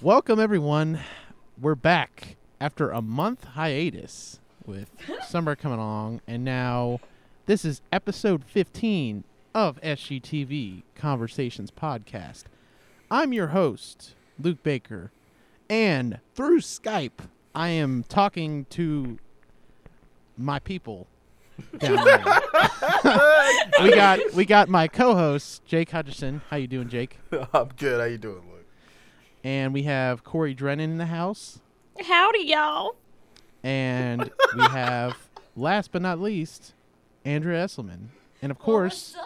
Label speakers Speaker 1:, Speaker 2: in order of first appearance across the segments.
Speaker 1: Welcome, everyone. We're back after a month hiatus with summer coming along, and now this is episode 15 of SGTV Conversations Podcast. I'm your host, Luke Baker, and through Skype, I am talking to my people. down there. we got we got my co-host Jake Hutchison. How you doing, Jake?
Speaker 2: I'm good. How you doing, Luke?
Speaker 1: And we have Corey Drennan in the house.
Speaker 3: Howdy, y'all.
Speaker 1: And we have, last but not least, Andrea Esselman. And of
Speaker 4: Oh,
Speaker 1: course,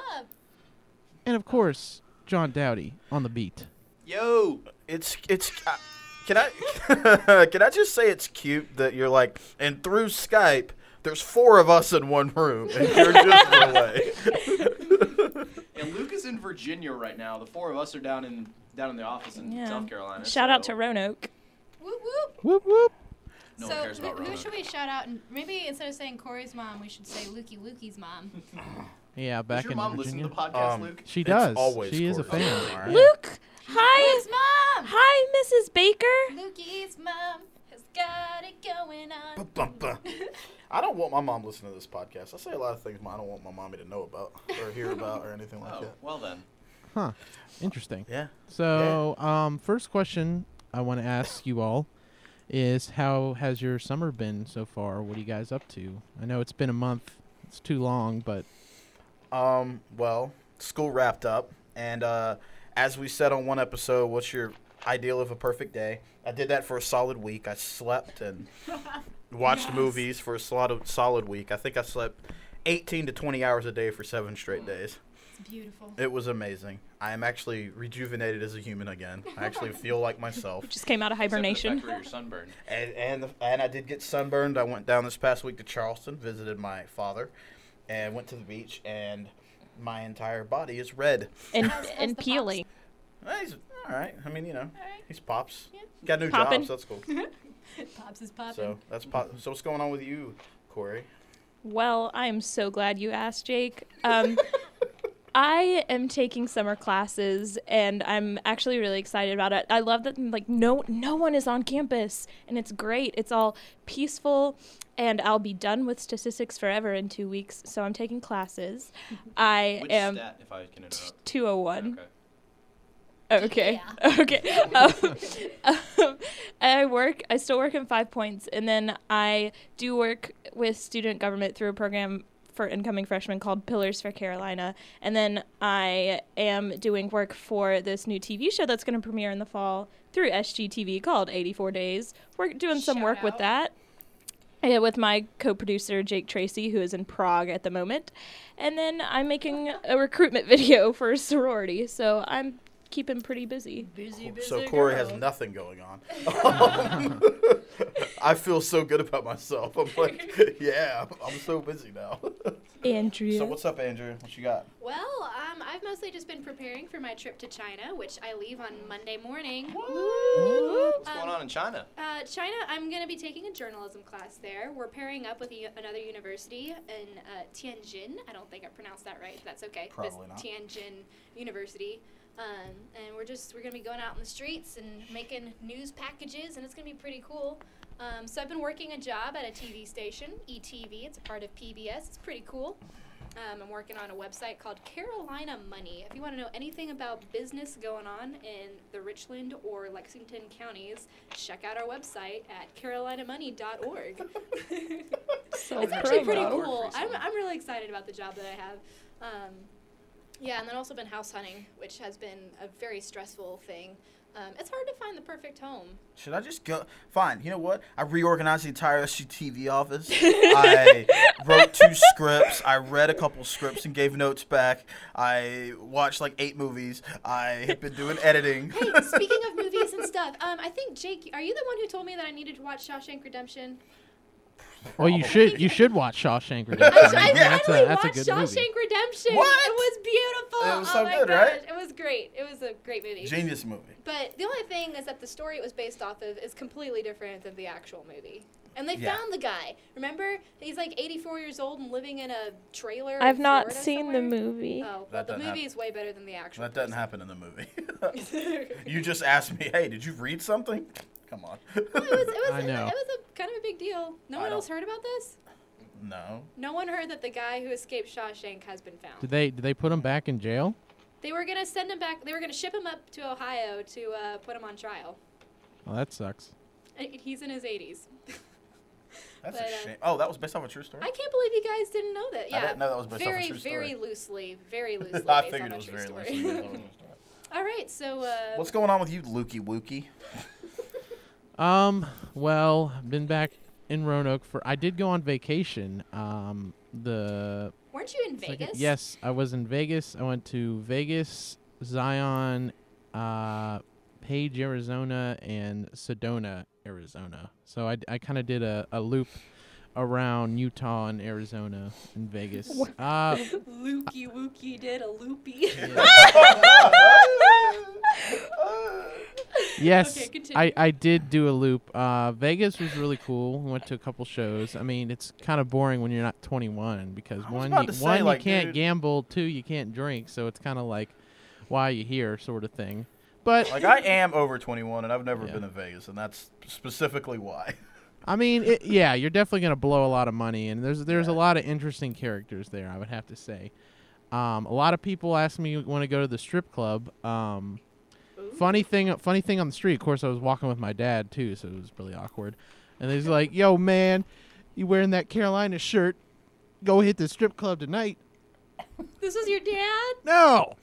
Speaker 1: and of course, John Dowdy on the beat.
Speaker 2: Yo, it's it's. Uh, can I can I just say it's cute that you're like and through Skype there's four of us in one room and you're just away.
Speaker 5: And Luke is in Virginia right now. The four of us are down in down in the office in
Speaker 3: Yeah.
Speaker 5: South Carolina.
Speaker 3: Shout out
Speaker 5: so
Speaker 3: to Roanoke.
Speaker 4: Whoop whoop.
Speaker 1: Whoop whoop.
Speaker 5: No
Speaker 4: so
Speaker 5: one cares about
Speaker 4: who, who
Speaker 5: Roanoke.
Speaker 4: should we shout out? And maybe instead of saying Corey's mom, we should say Lukey Lukey's mom.
Speaker 1: Yeah,
Speaker 5: Does
Speaker 1: back
Speaker 5: your
Speaker 1: in
Speaker 5: mom listen
Speaker 1: Virginia.
Speaker 5: to the podcast,
Speaker 2: Um,
Speaker 5: Luke?
Speaker 1: she
Speaker 2: It's
Speaker 1: does.
Speaker 2: always
Speaker 1: she is a
Speaker 2: Corey.
Speaker 1: fan.
Speaker 2: Really?
Speaker 1: Yeah.
Speaker 3: Luke, hi.
Speaker 4: Lukey's mom.
Speaker 3: Hi, Mrs. Baker.
Speaker 4: Lukey's mom has got it going on.
Speaker 2: Ba-bum-bum. I don't want my mom listening to this podcast. I say a lot of things I don't want my mommy to know about or hear about or anything like
Speaker 5: Oh,
Speaker 2: that.
Speaker 5: well then.
Speaker 1: Huh. Interesting.
Speaker 2: Yeah.
Speaker 1: So, um, first question I want to ask you all is how has your summer been so far? What are you guys up to? I know it's been a month. It's too long, but
Speaker 2: Um, well, school wrapped up, and uh, as we said on one episode, what's your ideal of a perfect day? I did that for a solid week. I slept and watched movies for a solid, solid week. I think I slept 18 to 20 hours a day for seven straight days.
Speaker 4: It's beautiful.
Speaker 2: It was amazing. I am actually rejuvenated as a human again. I actually feel like myself.
Speaker 3: Just came out of
Speaker 5: Except for the fact
Speaker 3: hibernation.
Speaker 5: where you're sunburned.
Speaker 2: And and, the, and I did get sunburned. I went down this past week to Charleston, visited my father, and went to the beach. And my entire body is red.
Speaker 3: And,
Speaker 4: How's- how's
Speaker 3: and
Speaker 4: the
Speaker 3: peeling.
Speaker 2: Eh, He's all right. I mean, you know,
Speaker 4: right.
Speaker 2: he's pops.
Speaker 4: Yeah.
Speaker 2: Got new
Speaker 3: Poppin'.
Speaker 2: jobs. That's cool.
Speaker 4: Pops is popping.
Speaker 2: So that's pop. So what's going on with you, Corey?
Speaker 3: Well, I am so glad you asked, Jake. Um, I am taking summer classes, and I'm actually really excited about it. I love that like no no one is on campus, and it's great. It's all peaceful, and I'll be done with statistics forever in two weeks. So I'm taking classes. I
Speaker 5: Which
Speaker 3: am
Speaker 5: stat, if I can interrupt?
Speaker 3: 201.
Speaker 5: Okay.
Speaker 3: Okay. Okay. Um, um, I work. I still work in Five Points, and then I do work with student government through a program for incoming freshmen called Pillars for Carolina, and then I am doing work for this new TV show that's going to premiere in the fall through SGTV called 84 Days. We're doing some
Speaker 4: Shout
Speaker 3: work with
Speaker 4: out.
Speaker 3: that. Yeah, with my co-producer Jake Tracy, who is in Prague at the moment, and then I'm making a recruitment video for a sorority, so I'm keeping pretty busy.
Speaker 4: busy,
Speaker 2: so Corey has nothing going on. I feel so good about myself. I'm like, yeah, I'm- I'm so busy now.
Speaker 3: Andrea,
Speaker 2: So what's up, Andrew? What you got?
Speaker 4: Well, um, I've mostly just been preparing for my trip to China, which I leave on Monday morning.
Speaker 5: What's going on in China?
Speaker 4: Uh, China, I'm going to be taking a journalism class there. We're pairing up with a, another university in uh, Tianjin. I don't think I pronounced that right. That's okay.
Speaker 2: Probably
Speaker 4: this
Speaker 2: not.
Speaker 4: Tianjin University. Um, and we're just we're going to be going out in the streets and making news packages, and it's going to be pretty cool. Um, so I've been working a job at a TV station, ETV. It's a part of PBS. It's pretty cool. Um, I'm working on a website called Carolina Money. If you want to know anything about business going on in the Richland or Lexington counties, check out our website at carolinamoney.org. it's actually pretty
Speaker 5: promo.
Speaker 4: cool. I'm, I'm really excited about the job that I have. Um, yeah, and then also been house hunting, which has been a very stressful thing. Um, it's hard to find the perfect home.
Speaker 2: Should I just go? Fine. You know what? I reorganized the entire SCTV office. I wrote two scripts. I read a couple scripts and gave notes back. I watched like eight movies. I have been doing editing.
Speaker 4: Hey, speaking of movies and stuff, um, I think Jake, are you the one who told me that I needed to watch Shawshank Redemption?
Speaker 1: Well, oh, you should you should watch Shawshank
Speaker 4: I,
Speaker 1: Redemption.
Speaker 4: I
Speaker 1: mean, that's a,
Speaker 4: finally
Speaker 1: that's a
Speaker 4: watched
Speaker 1: good
Speaker 4: Shawshank
Speaker 1: movie.
Speaker 4: Redemption.
Speaker 2: What?
Speaker 4: It was beautiful.
Speaker 2: It was
Speaker 4: oh
Speaker 2: so
Speaker 4: my
Speaker 2: good,
Speaker 4: gosh.
Speaker 2: right?
Speaker 4: It was great. It was a great movie.
Speaker 2: Genius movie.
Speaker 4: But the only thing is that the story it was based off of is completely different than the actual movie. And they
Speaker 2: Yeah.
Speaker 4: found the guy. Remember, he's like 84 years old and living in a trailer. in
Speaker 3: I've not
Speaker 4: Florida
Speaker 3: seen
Speaker 4: somewhere.
Speaker 3: the movie.
Speaker 4: Oh, well,
Speaker 2: That
Speaker 4: the
Speaker 2: doesn't
Speaker 4: movie
Speaker 2: happen.
Speaker 4: is way better than the actual.
Speaker 2: That doesn't happen in the movie.
Speaker 4: person.
Speaker 2: you just asked me, hey, did you read something? Come on.
Speaker 4: it was, it was,
Speaker 1: I
Speaker 4: it-
Speaker 1: know.
Speaker 4: It, was a kind of a big deal. No
Speaker 2: I
Speaker 4: one
Speaker 2: don't-
Speaker 4: else heard about this.
Speaker 2: no.
Speaker 4: No one heard that the guy who escaped Shawshank has been found.
Speaker 1: Did they did they put him back in jail?
Speaker 4: They were gonna send him back. They were gonna ship him up to Ohio to uh, put him on trial.
Speaker 1: Well, that sucks.
Speaker 4: And He's in his 80s.
Speaker 2: That's
Speaker 4: But,
Speaker 2: a
Speaker 4: uh,
Speaker 2: shame. Oh, that was based off a true story?
Speaker 4: I can't believe you guys didn't know that. Yeah.
Speaker 2: I didn't know that was based
Speaker 4: very,
Speaker 2: off a true story.
Speaker 4: very loosely, very loosely.
Speaker 2: I
Speaker 4: based
Speaker 2: figured it
Speaker 4: on a
Speaker 2: was
Speaker 4: true
Speaker 2: very
Speaker 4: story.
Speaker 2: loosely. based off a true story.
Speaker 4: All right, so uh,
Speaker 2: What's going on with you, Lukey Wookie?
Speaker 1: Um, well, been back in Roanoke for I did go on vacation. Um, the
Speaker 4: weren't you in
Speaker 1: second-
Speaker 4: Vegas?
Speaker 1: yes, I was in Vegas. I went to Vegas, Zion, uh, Page, Arizona, and Sedona, Arizona. So I, I kind of did a, a loop around Utah and Arizona and Vegas. Uh,
Speaker 4: Lukey Wookie did a loopy.
Speaker 1: yes,
Speaker 4: Okay,
Speaker 1: I,
Speaker 4: continue.
Speaker 1: I did do a loop. Uh, Vegas was really cool. We went to a couple shows. I mean, it's kind of boring when you're not 21 because
Speaker 2: I was
Speaker 1: one,
Speaker 2: about
Speaker 1: you,
Speaker 2: to say,
Speaker 1: one
Speaker 2: like,
Speaker 1: you can't
Speaker 2: dude-
Speaker 1: gamble, two you can't drink, so it's kind of like why are you here sort of thing. But
Speaker 2: like, I am over 21 and I've never
Speaker 1: Yeah.
Speaker 2: been to Vegas, and that's specifically why.
Speaker 1: I mean, it, yeah, you're definitely gonna blow a lot of money, and there's there's a
Speaker 2: Yeah.
Speaker 1: lot of interesting characters there. I would have to say, um, a lot of people ask me want to go to the strip club. Um, funny thing, funny thing on the street. Of course, I was walking with my dad too, so it was really awkward. And he's like, "Yo, man, you wearing that Carolina shirt? Go hit the strip club tonight."
Speaker 4: This was your dad.
Speaker 1: No,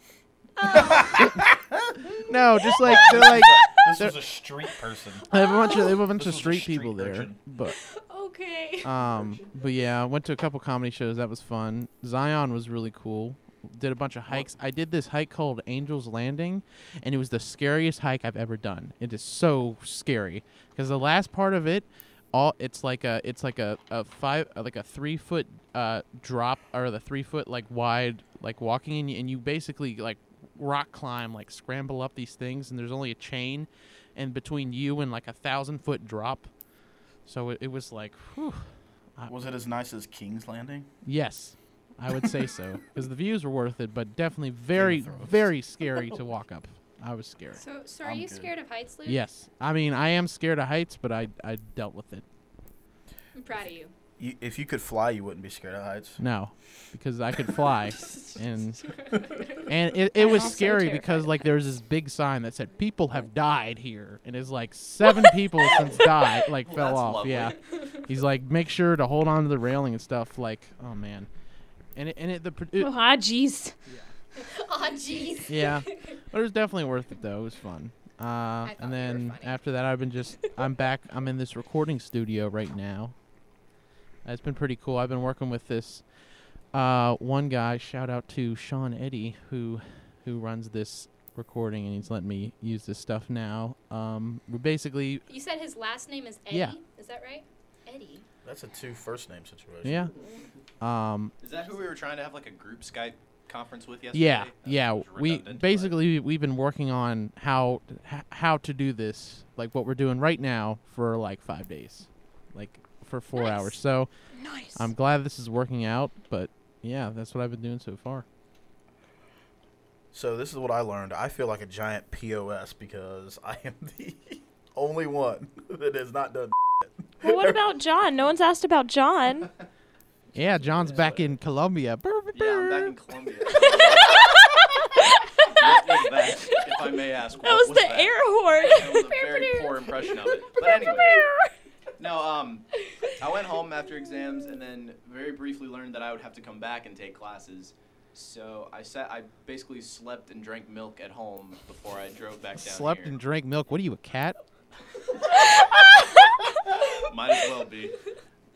Speaker 1: no, just like they're like
Speaker 2: This
Speaker 1: There-
Speaker 2: was a street person.
Speaker 1: they have a bunch of they have a bunch of
Speaker 2: This was a
Speaker 1: street,
Speaker 2: street
Speaker 1: people there,
Speaker 2: urchin.
Speaker 1: but
Speaker 4: Okay.
Speaker 1: Um, but yeah, I went to a couple comedy shows. That was fun. Zion was really cool. Did a bunch of hikes. I did this hike called Angel's Landing, and it was the scariest hike I've ever done. It is so scary because the last part of it, all it's like a it's like a, a five uh, like a three foot uh drop or the three foot like wide like walking and you, and you basically like rock climb like scramble up these things and there's only a chain, and between you and like a thousand foot drop, so it, it was like. Whew,
Speaker 2: Was it as nice as King's Landing?
Speaker 1: Yes, I would say so because the views were worth it, but definitely very,
Speaker 2: Thrones.
Speaker 1: very scary to walk up. I was scared.
Speaker 4: So, so are
Speaker 2: I'm
Speaker 4: you
Speaker 2: good.
Speaker 4: scared of heights, Luke?
Speaker 1: Yes, I mean I am scared of heights, but I I dealt with it.
Speaker 4: I'm proud of you.
Speaker 2: You, if you could fly, you wouldn't be scared of heights.
Speaker 1: No, because I could fly, and and it, it was
Speaker 3: also
Speaker 1: scary
Speaker 3: terrified
Speaker 1: because
Speaker 3: of
Speaker 1: like there was this big sign that said people have died here, and it's like seven people since died like
Speaker 5: Well,
Speaker 1: fell
Speaker 5: that's
Speaker 1: off.
Speaker 5: lovely.
Speaker 1: Yeah, he's like make sure to hold on to the railing and stuff. Like oh man, and it, and it the pro- it,
Speaker 3: Oh, ah, jeez.
Speaker 4: Aw, jeez.
Speaker 1: yeah but it was definitely worth it though it was fun uh,
Speaker 4: thought you were
Speaker 1: and then
Speaker 4: funny.
Speaker 1: after that i've been just i'm back i'm in this recording studio right now Uh, it's been pretty cool i've been working with this uh, one guy shout out to sean eddy who who runs this recording and he's letting me use this stuff now um, we basically
Speaker 4: You said his last name is Eddie.
Speaker 1: Yeah.
Speaker 4: Is that right? Eddie.
Speaker 2: That's a two first name situation.
Speaker 1: yeah um,
Speaker 5: Is that who we were trying to have like a group Skype conference with yesterday?
Speaker 1: Yeah,
Speaker 5: That
Speaker 1: yeah.
Speaker 5: was
Speaker 1: We
Speaker 5: redundant, but-
Speaker 1: basically we've been working on how h- how to do this, like what we're doing right now, for like five days, like for four
Speaker 4: Nice.
Speaker 1: hours. So
Speaker 3: Nice.
Speaker 1: I'm glad this is working out, but yeah, that's what I've been doing so far.
Speaker 2: So this is what I learned. I feel like a giant POS because I am the only one that has not done.
Speaker 3: well, what about John? No one's asked about John.
Speaker 1: Yeah, John's back in Colombia. Brr, brr,
Speaker 5: Yeah, I'm back
Speaker 1: brr.
Speaker 5: in Colombia. what was that, if I may ask?
Speaker 3: That was the
Speaker 5: that?
Speaker 3: air
Speaker 5: That was a
Speaker 3: horn.
Speaker 5: very poor impression of it. But anyway, no. Um, I went home after exams and then very briefly learned that I would have to come back and take classes. So I sat. I basically slept and drank milk at home before I drove back down
Speaker 1: Slept
Speaker 5: here.
Speaker 1: and drank milk. What are you, a cat?
Speaker 5: Might as well be.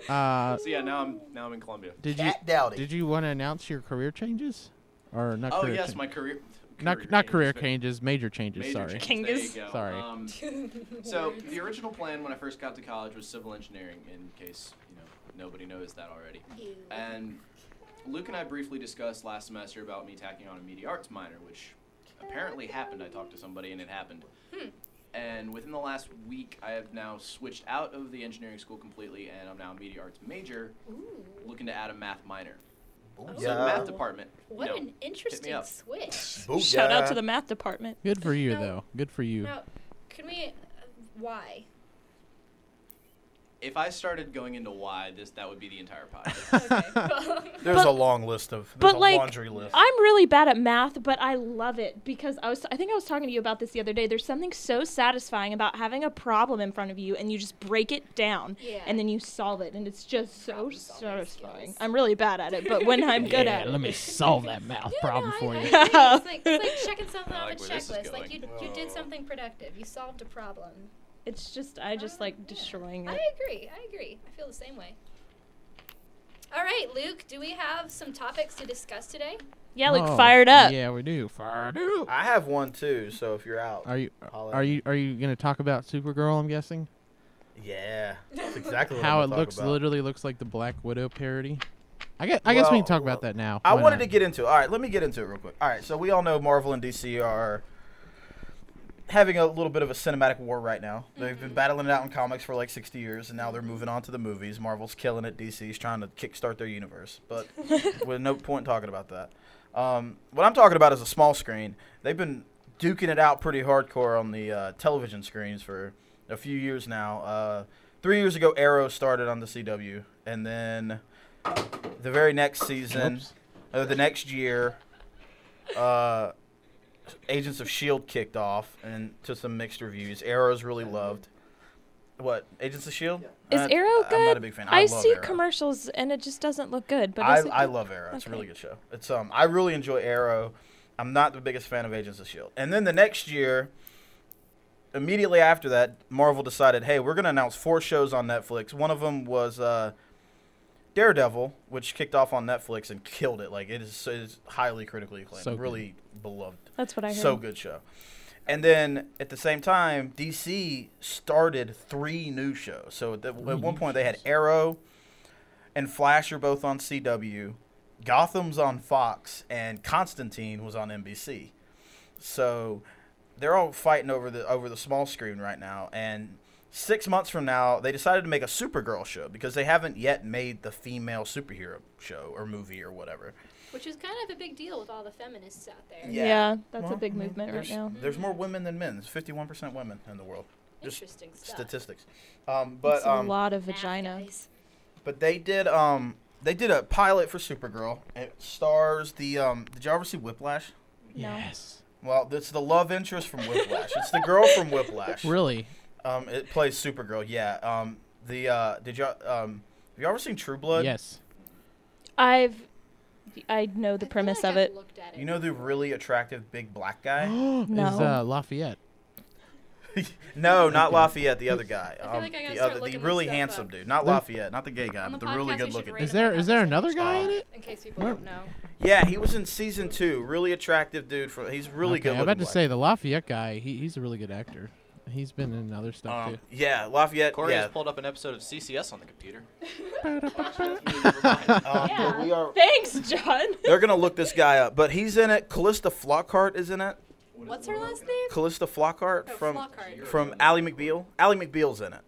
Speaker 1: Uh,
Speaker 5: So yeah, now I'm now I'm in Colombia.
Speaker 1: did you
Speaker 2: Cat Dowdy.
Speaker 1: did you want to announce your career changes, or not?
Speaker 5: Oh
Speaker 1: career
Speaker 5: yes,
Speaker 1: change-
Speaker 5: my career.
Speaker 1: not not
Speaker 5: changes,
Speaker 1: career
Speaker 5: but-
Speaker 1: changes, major changes.
Speaker 5: Major
Speaker 1: sorry.
Speaker 5: change, there you
Speaker 3: Kangas.
Speaker 5: go.
Speaker 1: Sorry.
Speaker 5: Um, so the original plan when I first got to college was civil engineering, in case you know Nobody knows that already.
Speaker 4: Ew.
Speaker 5: And Luke and I briefly discussed last semester about me tacking on a media arts minor, which apparently happened. I talked to somebody and it happened.
Speaker 4: Hmm.
Speaker 5: And within the last week, I have now switched out of the engineering school completely, and I'm now a media arts major,
Speaker 4: Ooh.
Speaker 5: looking to add a math minor. So
Speaker 2: Oh. Yeah.
Speaker 5: math department. you
Speaker 4: What
Speaker 5: know,
Speaker 4: an interesting
Speaker 5: up.
Speaker 4: switch.
Speaker 5: Oh,
Speaker 2: Booyah.
Speaker 3: Shout out to the math department.
Speaker 1: Good for you,
Speaker 4: No.
Speaker 1: though. Good for you.
Speaker 4: Now, can we? Uh, why?
Speaker 5: if I started going into why this, that would be the entire podcast.
Speaker 4: Okay.
Speaker 2: There's
Speaker 3: But-
Speaker 2: a long list of. There's
Speaker 3: but,
Speaker 2: a
Speaker 3: like,
Speaker 2: laundry list.
Speaker 3: I'm really bad at math, but I love it because I was I think I was talking to you about this the other day. There's something so satisfying about having a problem in front of you and you just break it down
Speaker 4: Yeah.
Speaker 3: and then you solve it and it's just so
Speaker 4: Problem solving
Speaker 3: satisfying.
Speaker 4: skills.
Speaker 3: I'm really bad at it, but when I'm good
Speaker 1: yeah,
Speaker 3: at it.
Speaker 1: let me solve that mouth
Speaker 4: Yeah,
Speaker 1: problem
Speaker 4: no,
Speaker 1: for
Speaker 4: I,
Speaker 1: you.
Speaker 4: I agree. it's, like, it's like checking something
Speaker 5: I
Speaker 4: off
Speaker 5: like
Speaker 4: a
Speaker 5: where this is
Speaker 4: checklist. Like you,
Speaker 5: going.
Speaker 4: you did something productive. You solved a problem.
Speaker 3: It's just I just
Speaker 4: Oh,
Speaker 3: like
Speaker 4: yeah.
Speaker 3: destroying
Speaker 4: I
Speaker 3: it.
Speaker 4: agree. I agree. I feel the same way. All right, Luke. Do we have some topics to discuss today?
Speaker 3: Yeah, like
Speaker 1: Oh,
Speaker 3: fired up.
Speaker 1: Yeah, we do. Fired up.
Speaker 2: I have one too. So if you're out,
Speaker 1: Are you
Speaker 2: Holla.
Speaker 1: are you are you gonna talk about Supergirl? I'm guessing
Speaker 2: yeah, that's exactly what
Speaker 1: how
Speaker 2: I'm
Speaker 1: it
Speaker 2: gonna talk
Speaker 1: looks
Speaker 2: about.
Speaker 1: literally looks like the Black Widow parody. I guess I guess we
Speaker 2: Well,
Speaker 1: can talk
Speaker 2: well,
Speaker 1: about that now.
Speaker 2: I
Speaker 1: Why
Speaker 2: wanted
Speaker 1: not?
Speaker 2: to get into it. All right, let me get into it real quick. All right, so we all know Marvel and DC are having a little bit of a cinematic war right now. They've been battling it out in comics for like 60 years, and now they're moving on to the movies. Marvel's killing it. DC's trying to kickstart their universe, but with no point talking about that. Um, what I'm talking about is a small screen. They've been duking it out pretty hardcore on the uh, television screens for a few years now. Uh, three years ago, Arrow started on the CW, and then the very next season,
Speaker 1: Whoops.
Speaker 2: uh, the next year, uh, Agents of Shield E kicked off, and to some mixed reviews. Arrow's really loved. What Agents of Shield?
Speaker 3: Is
Speaker 2: Uh,
Speaker 3: Arrow good?
Speaker 2: I'm not a big fan. I, love
Speaker 3: see
Speaker 2: Arrow.
Speaker 3: commercials and it just doesn't look good. But
Speaker 2: I,
Speaker 3: is it
Speaker 2: I
Speaker 3: good?
Speaker 2: love Arrow. It's a really
Speaker 3: Okay.
Speaker 2: good show. It's um I really enjoy Arrow. I'm not the biggest fan of Agents of Shield. E And then the next year, immediately after that, Marvel decided, hey, we're gonna announce four shows on Netflix. One of them was uh, Daredevil, which kicked off on Netflix and killed it. Like it is, it is highly critically acclaimed,
Speaker 1: So good.
Speaker 2: really beloved
Speaker 3: That's what I heard.
Speaker 2: so good show. And then at the same time, DC started three new shows. So at, the, at one
Speaker 1: new
Speaker 2: point they had Arrow and Flash are both on CW, Gotham's on Fox, and Constantine was on NBC. So they're all fighting over the over the small screen right now. And six months from now, they decided to make a Supergirl show because they haven't yet made the female superhero show or movie or whatever.
Speaker 4: Which is kind of a big deal with all the feminists out there.
Speaker 2: Yeah.
Speaker 3: Yeah, that's
Speaker 2: Well,
Speaker 3: a big
Speaker 2: I mean,
Speaker 3: movement right
Speaker 2: there's-
Speaker 3: now.
Speaker 2: There's more women than men. There's 51% women in the world. Just
Speaker 4: Interesting stuff.
Speaker 2: statistics. Um, but
Speaker 3: it's
Speaker 2: um,
Speaker 3: a lot of
Speaker 4: Math,
Speaker 3: vagina.
Speaker 4: guys.
Speaker 2: but they did um they did a pilot for Supergirl. It stars the um did y'all ever see Whiplash?
Speaker 1: Yes.
Speaker 2: Well, it's the love interest from Whiplash. it's the girl from Whiplash.
Speaker 1: Really?
Speaker 2: Um, it plays Supergirl. Yeah. Um, the uh, did y'all um have y'all ever seen True Blood?
Speaker 1: Yes.
Speaker 3: I've I know the
Speaker 4: I feel
Speaker 3: premise
Speaker 4: like
Speaker 3: of
Speaker 4: I've
Speaker 3: it.
Speaker 4: looked at
Speaker 2: You know the really attractive big black guy?
Speaker 1: Is uh, Lafayette?
Speaker 2: no, not Lafayette. The other guy.
Speaker 4: I feel
Speaker 2: Um,
Speaker 4: like I gotta
Speaker 2: the
Speaker 4: start
Speaker 2: other, the
Speaker 4: looking
Speaker 2: really
Speaker 4: this stuff
Speaker 2: handsome
Speaker 4: up.
Speaker 2: dude. Not
Speaker 1: There-
Speaker 2: Lafayette. Not the gay guy,
Speaker 4: On
Speaker 2: but
Speaker 4: the
Speaker 2: the really
Speaker 4: podcast, you
Speaker 2: good
Speaker 4: should
Speaker 2: looking.
Speaker 4: rate
Speaker 1: Is
Speaker 4: Random
Speaker 1: there is there
Speaker 4: conversation.
Speaker 1: another guy in it?
Speaker 4: in case people
Speaker 1: Where-
Speaker 4: don't know.
Speaker 2: Yeah, he was in season two. Really attractive dude. From he's really
Speaker 1: Okay,
Speaker 2: good.
Speaker 1: I'm about to
Speaker 2: looking
Speaker 1: say the Lafayette guy. He, he's a really good actor. He's been in other
Speaker 2: black.
Speaker 1: stuff
Speaker 2: Um, yeah, Lafayette.
Speaker 5: Corey
Speaker 2: yeah.
Speaker 5: has pulled up an episode of CCS on the computer.
Speaker 1: too.
Speaker 2: Um,
Speaker 3: Yeah.
Speaker 2: but we are.
Speaker 3: Thanks, John.
Speaker 2: They're gonna look this guy up, but he's in it. Callista Flockhart is in it.
Speaker 4: What's her last name?
Speaker 2: Callista Flockhart
Speaker 4: Oh,
Speaker 2: from
Speaker 4: Flockhart.
Speaker 2: from Ally McBeal. Ally McBeal's in it.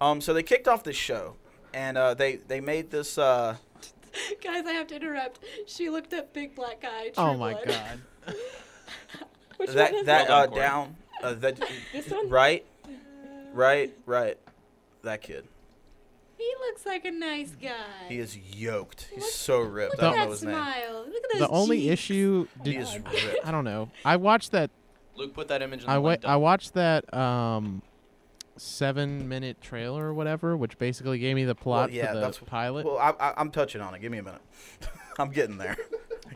Speaker 2: Um, so they kicked off this show, and uh, they they made this. Uh,
Speaker 4: Guys, I have to interrupt. She looked up big black guy.
Speaker 1: oh my god.
Speaker 3: Which one
Speaker 2: that
Speaker 3: is
Speaker 2: that
Speaker 3: it?
Speaker 2: uh,
Speaker 5: Corey.
Speaker 2: down uh, that
Speaker 3: This one?
Speaker 2: right, right, right. That kid.
Speaker 4: He looks like a nice guy.
Speaker 2: He is yoked. He's so ripped.
Speaker 1: at
Speaker 2: I don't
Speaker 1: that
Speaker 2: know his name.
Speaker 4: Look at
Speaker 1: The only issue
Speaker 2: He
Speaker 1: did,
Speaker 2: is ripped.
Speaker 1: I don't know. I watched that
Speaker 5: Luke, put that image in the
Speaker 1: I wa-
Speaker 5: link
Speaker 1: I
Speaker 5: up.
Speaker 1: watched that um 7 minute trailer or whatever which basically gave me the plot
Speaker 2: yeah,
Speaker 1: for the
Speaker 2: that's-
Speaker 1: pilot.
Speaker 2: Well, I, I, I'm touching on it. Give me a minute. I'm getting there.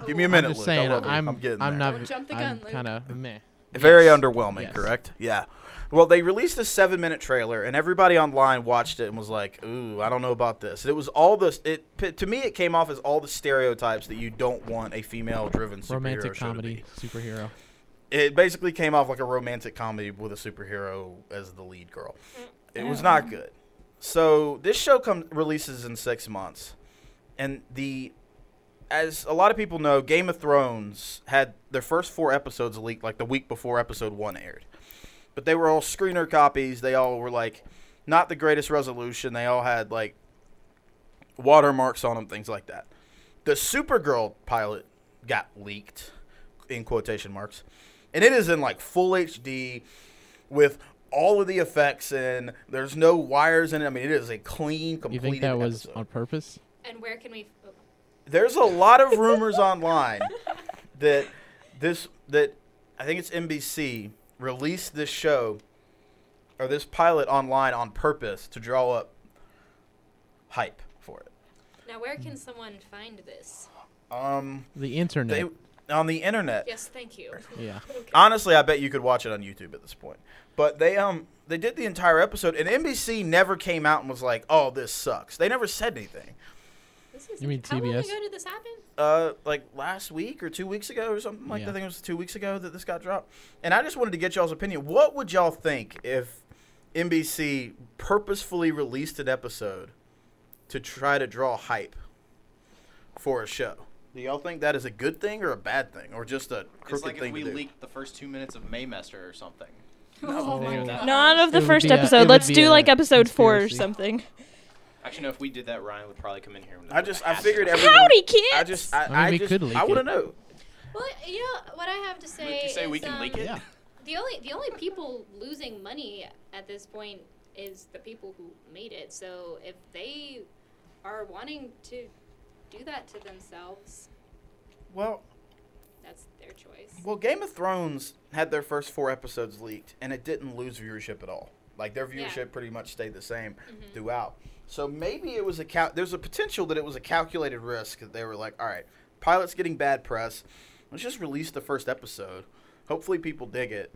Speaker 2: Give me a minute.
Speaker 1: I'm just
Speaker 2: Luke. I
Speaker 1: saying
Speaker 2: love you.
Speaker 1: I'm
Speaker 2: I'm getting there.
Speaker 1: not
Speaker 4: Don't jump the
Speaker 1: I'm
Speaker 4: gun, Luke.
Speaker 1: kind of meh.
Speaker 2: Very underwhelming,
Speaker 1: Yes.
Speaker 2: correct? Yeah. Well, they released a seven minute trailer, and everybody online watched it and was like, "Ooh, I don't know about this." It was all this. It p- to me, it came off as all the stereotypes that you don't want a female-driven superhero
Speaker 1: romantic
Speaker 2: show to
Speaker 1: comedy superhero.
Speaker 2: be. It basically came off like a romantic comedy with a superhero as the lead girl. It was not good. So this show comes releases in six months, and the as a lot of people know, Game of Thrones had their first four episodes leaked like the week before episode one aired, but they were all screener copies. They all were like not the greatest resolution. They all had like watermarks on them, things like that. The Supergirl pilot got leaked in quotation marks, and it is in like full HD with all of the effects and there's no wires in it. I mean, it is a clean,
Speaker 1: You
Speaker 2: complete.
Speaker 1: think that was on purpose?
Speaker 4: And where can we? Oh,
Speaker 2: there's a lot of rumors online that this that I think it's NBC released this show or this pilot online on purpose to draw up hype for it.
Speaker 4: now, where can someone find this?
Speaker 2: Um,
Speaker 1: The internet.
Speaker 2: they on the internet.
Speaker 4: Yes, thank you.
Speaker 1: yeah.
Speaker 2: Honestly, I bet you could watch it on YouTube at this point. But they um they did the entire episode and NBC never came out and was like, "Oh, this sucks." They never said anything.
Speaker 4: This is,
Speaker 1: You mean
Speaker 4: How long
Speaker 1: TBS?
Speaker 4: ago did this happen?
Speaker 2: uh, like last week or two weeks ago or something like that.
Speaker 1: Yeah.
Speaker 2: I think it was two weeks ago that this got dropped. And I just wanted to get y'all's opinion. What would y'all think if NBC purposefully released an episode to try to draw hype for a show? Do y'all think that is a good thing or a bad thing or just a
Speaker 5: It's
Speaker 2: crooked
Speaker 5: like if
Speaker 2: thing
Speaker 5: we
Speaker 2: to do?
Speaker 5: leaked the first two minutes of Maymester or something.
Speaker 4: Oh
Speaker 1: my God.
Speaker 3: None of
Speaker 1: It
Speaker 3: the
Speaker 1: would
Speaker 3: first
Speaker 1: be a- it
Speaker 3: episode.
Speaker 1: would
Speaker 3: Let's
Speaker 1: be
Speaker 3: do
Speaker 1: a
Speaker 3: like episode four or
Speaker 1: conspiracy.
Speaker 3: something.
Speaker 5: Actually, no. If we did that, Ryan would probably come in here. And
Speaker 2: I just I figured everyone.
Speaker 3: Howdy, kids!
Speaker 2: I just I, I,
Speaker 1: I mean, we
Speaker 2: just,
Speaker 1: could leak
Speaker 2: I want to
Speaker 1: it.
Speaker 2: know.
Speaker 4: Well, you know what I have to say.
Speaker 5: Would you say
Speaker 4: is,
Speaker 5: we can
Speaker 4: um,
Speaker 5: leak it?
Speaker 1: Yeah.
Speaker 4: The only the only people losing money at this point is the people who made it. So if they are wanting to do that to themselves,
Speaker 2: Well,
Speaker 4: that's their choice.
Speaker 2: Well, Game of Thrones had their first four episodes leaked, and it didn't lose viewership at all. Like their
Speaker 4: Yeah.
Speaker 2: viewership pretty much stayed the same throughout. So maybe it was a cal- there's a potential that it was a calculated risk that they were like, all right, pilot's getting bad press. Let's just release the first episode. Hopefully, people dig it,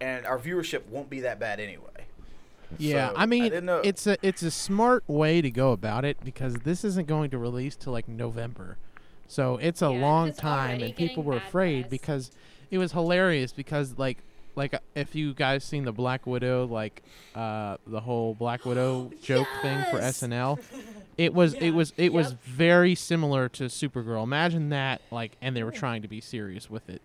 Speaker 2: and our viewership won't be that bad anyway.
Speaker 1: Yeah,
Speaker 2: So,
Speaker 1: I mean,
Speaker 2: didn't know-
Speaker 1: it's a it's a smart way to go about it because this isn't going to release till like November, so it's a
Speaker 4: Yeah,
Speaker 1: long
Speaker 4: it's
Speaker 1: time,
Speaker 4: already
Speaker 1: and people
Speaker 4: getting
Speaker 1: were
Speaker 4: bad
Speaker 1: afraid
Speaker 4: press.
Speaker 1: because it was hilarious because like like uh, if you guys seen the Black Widow like uh the whole Black Widow joke thing for
Speaker 4: Yes!
Speaker 1: SNL, it was it was it was very similar to Supergirl. Imagine that like, and they were trying to be serious with it.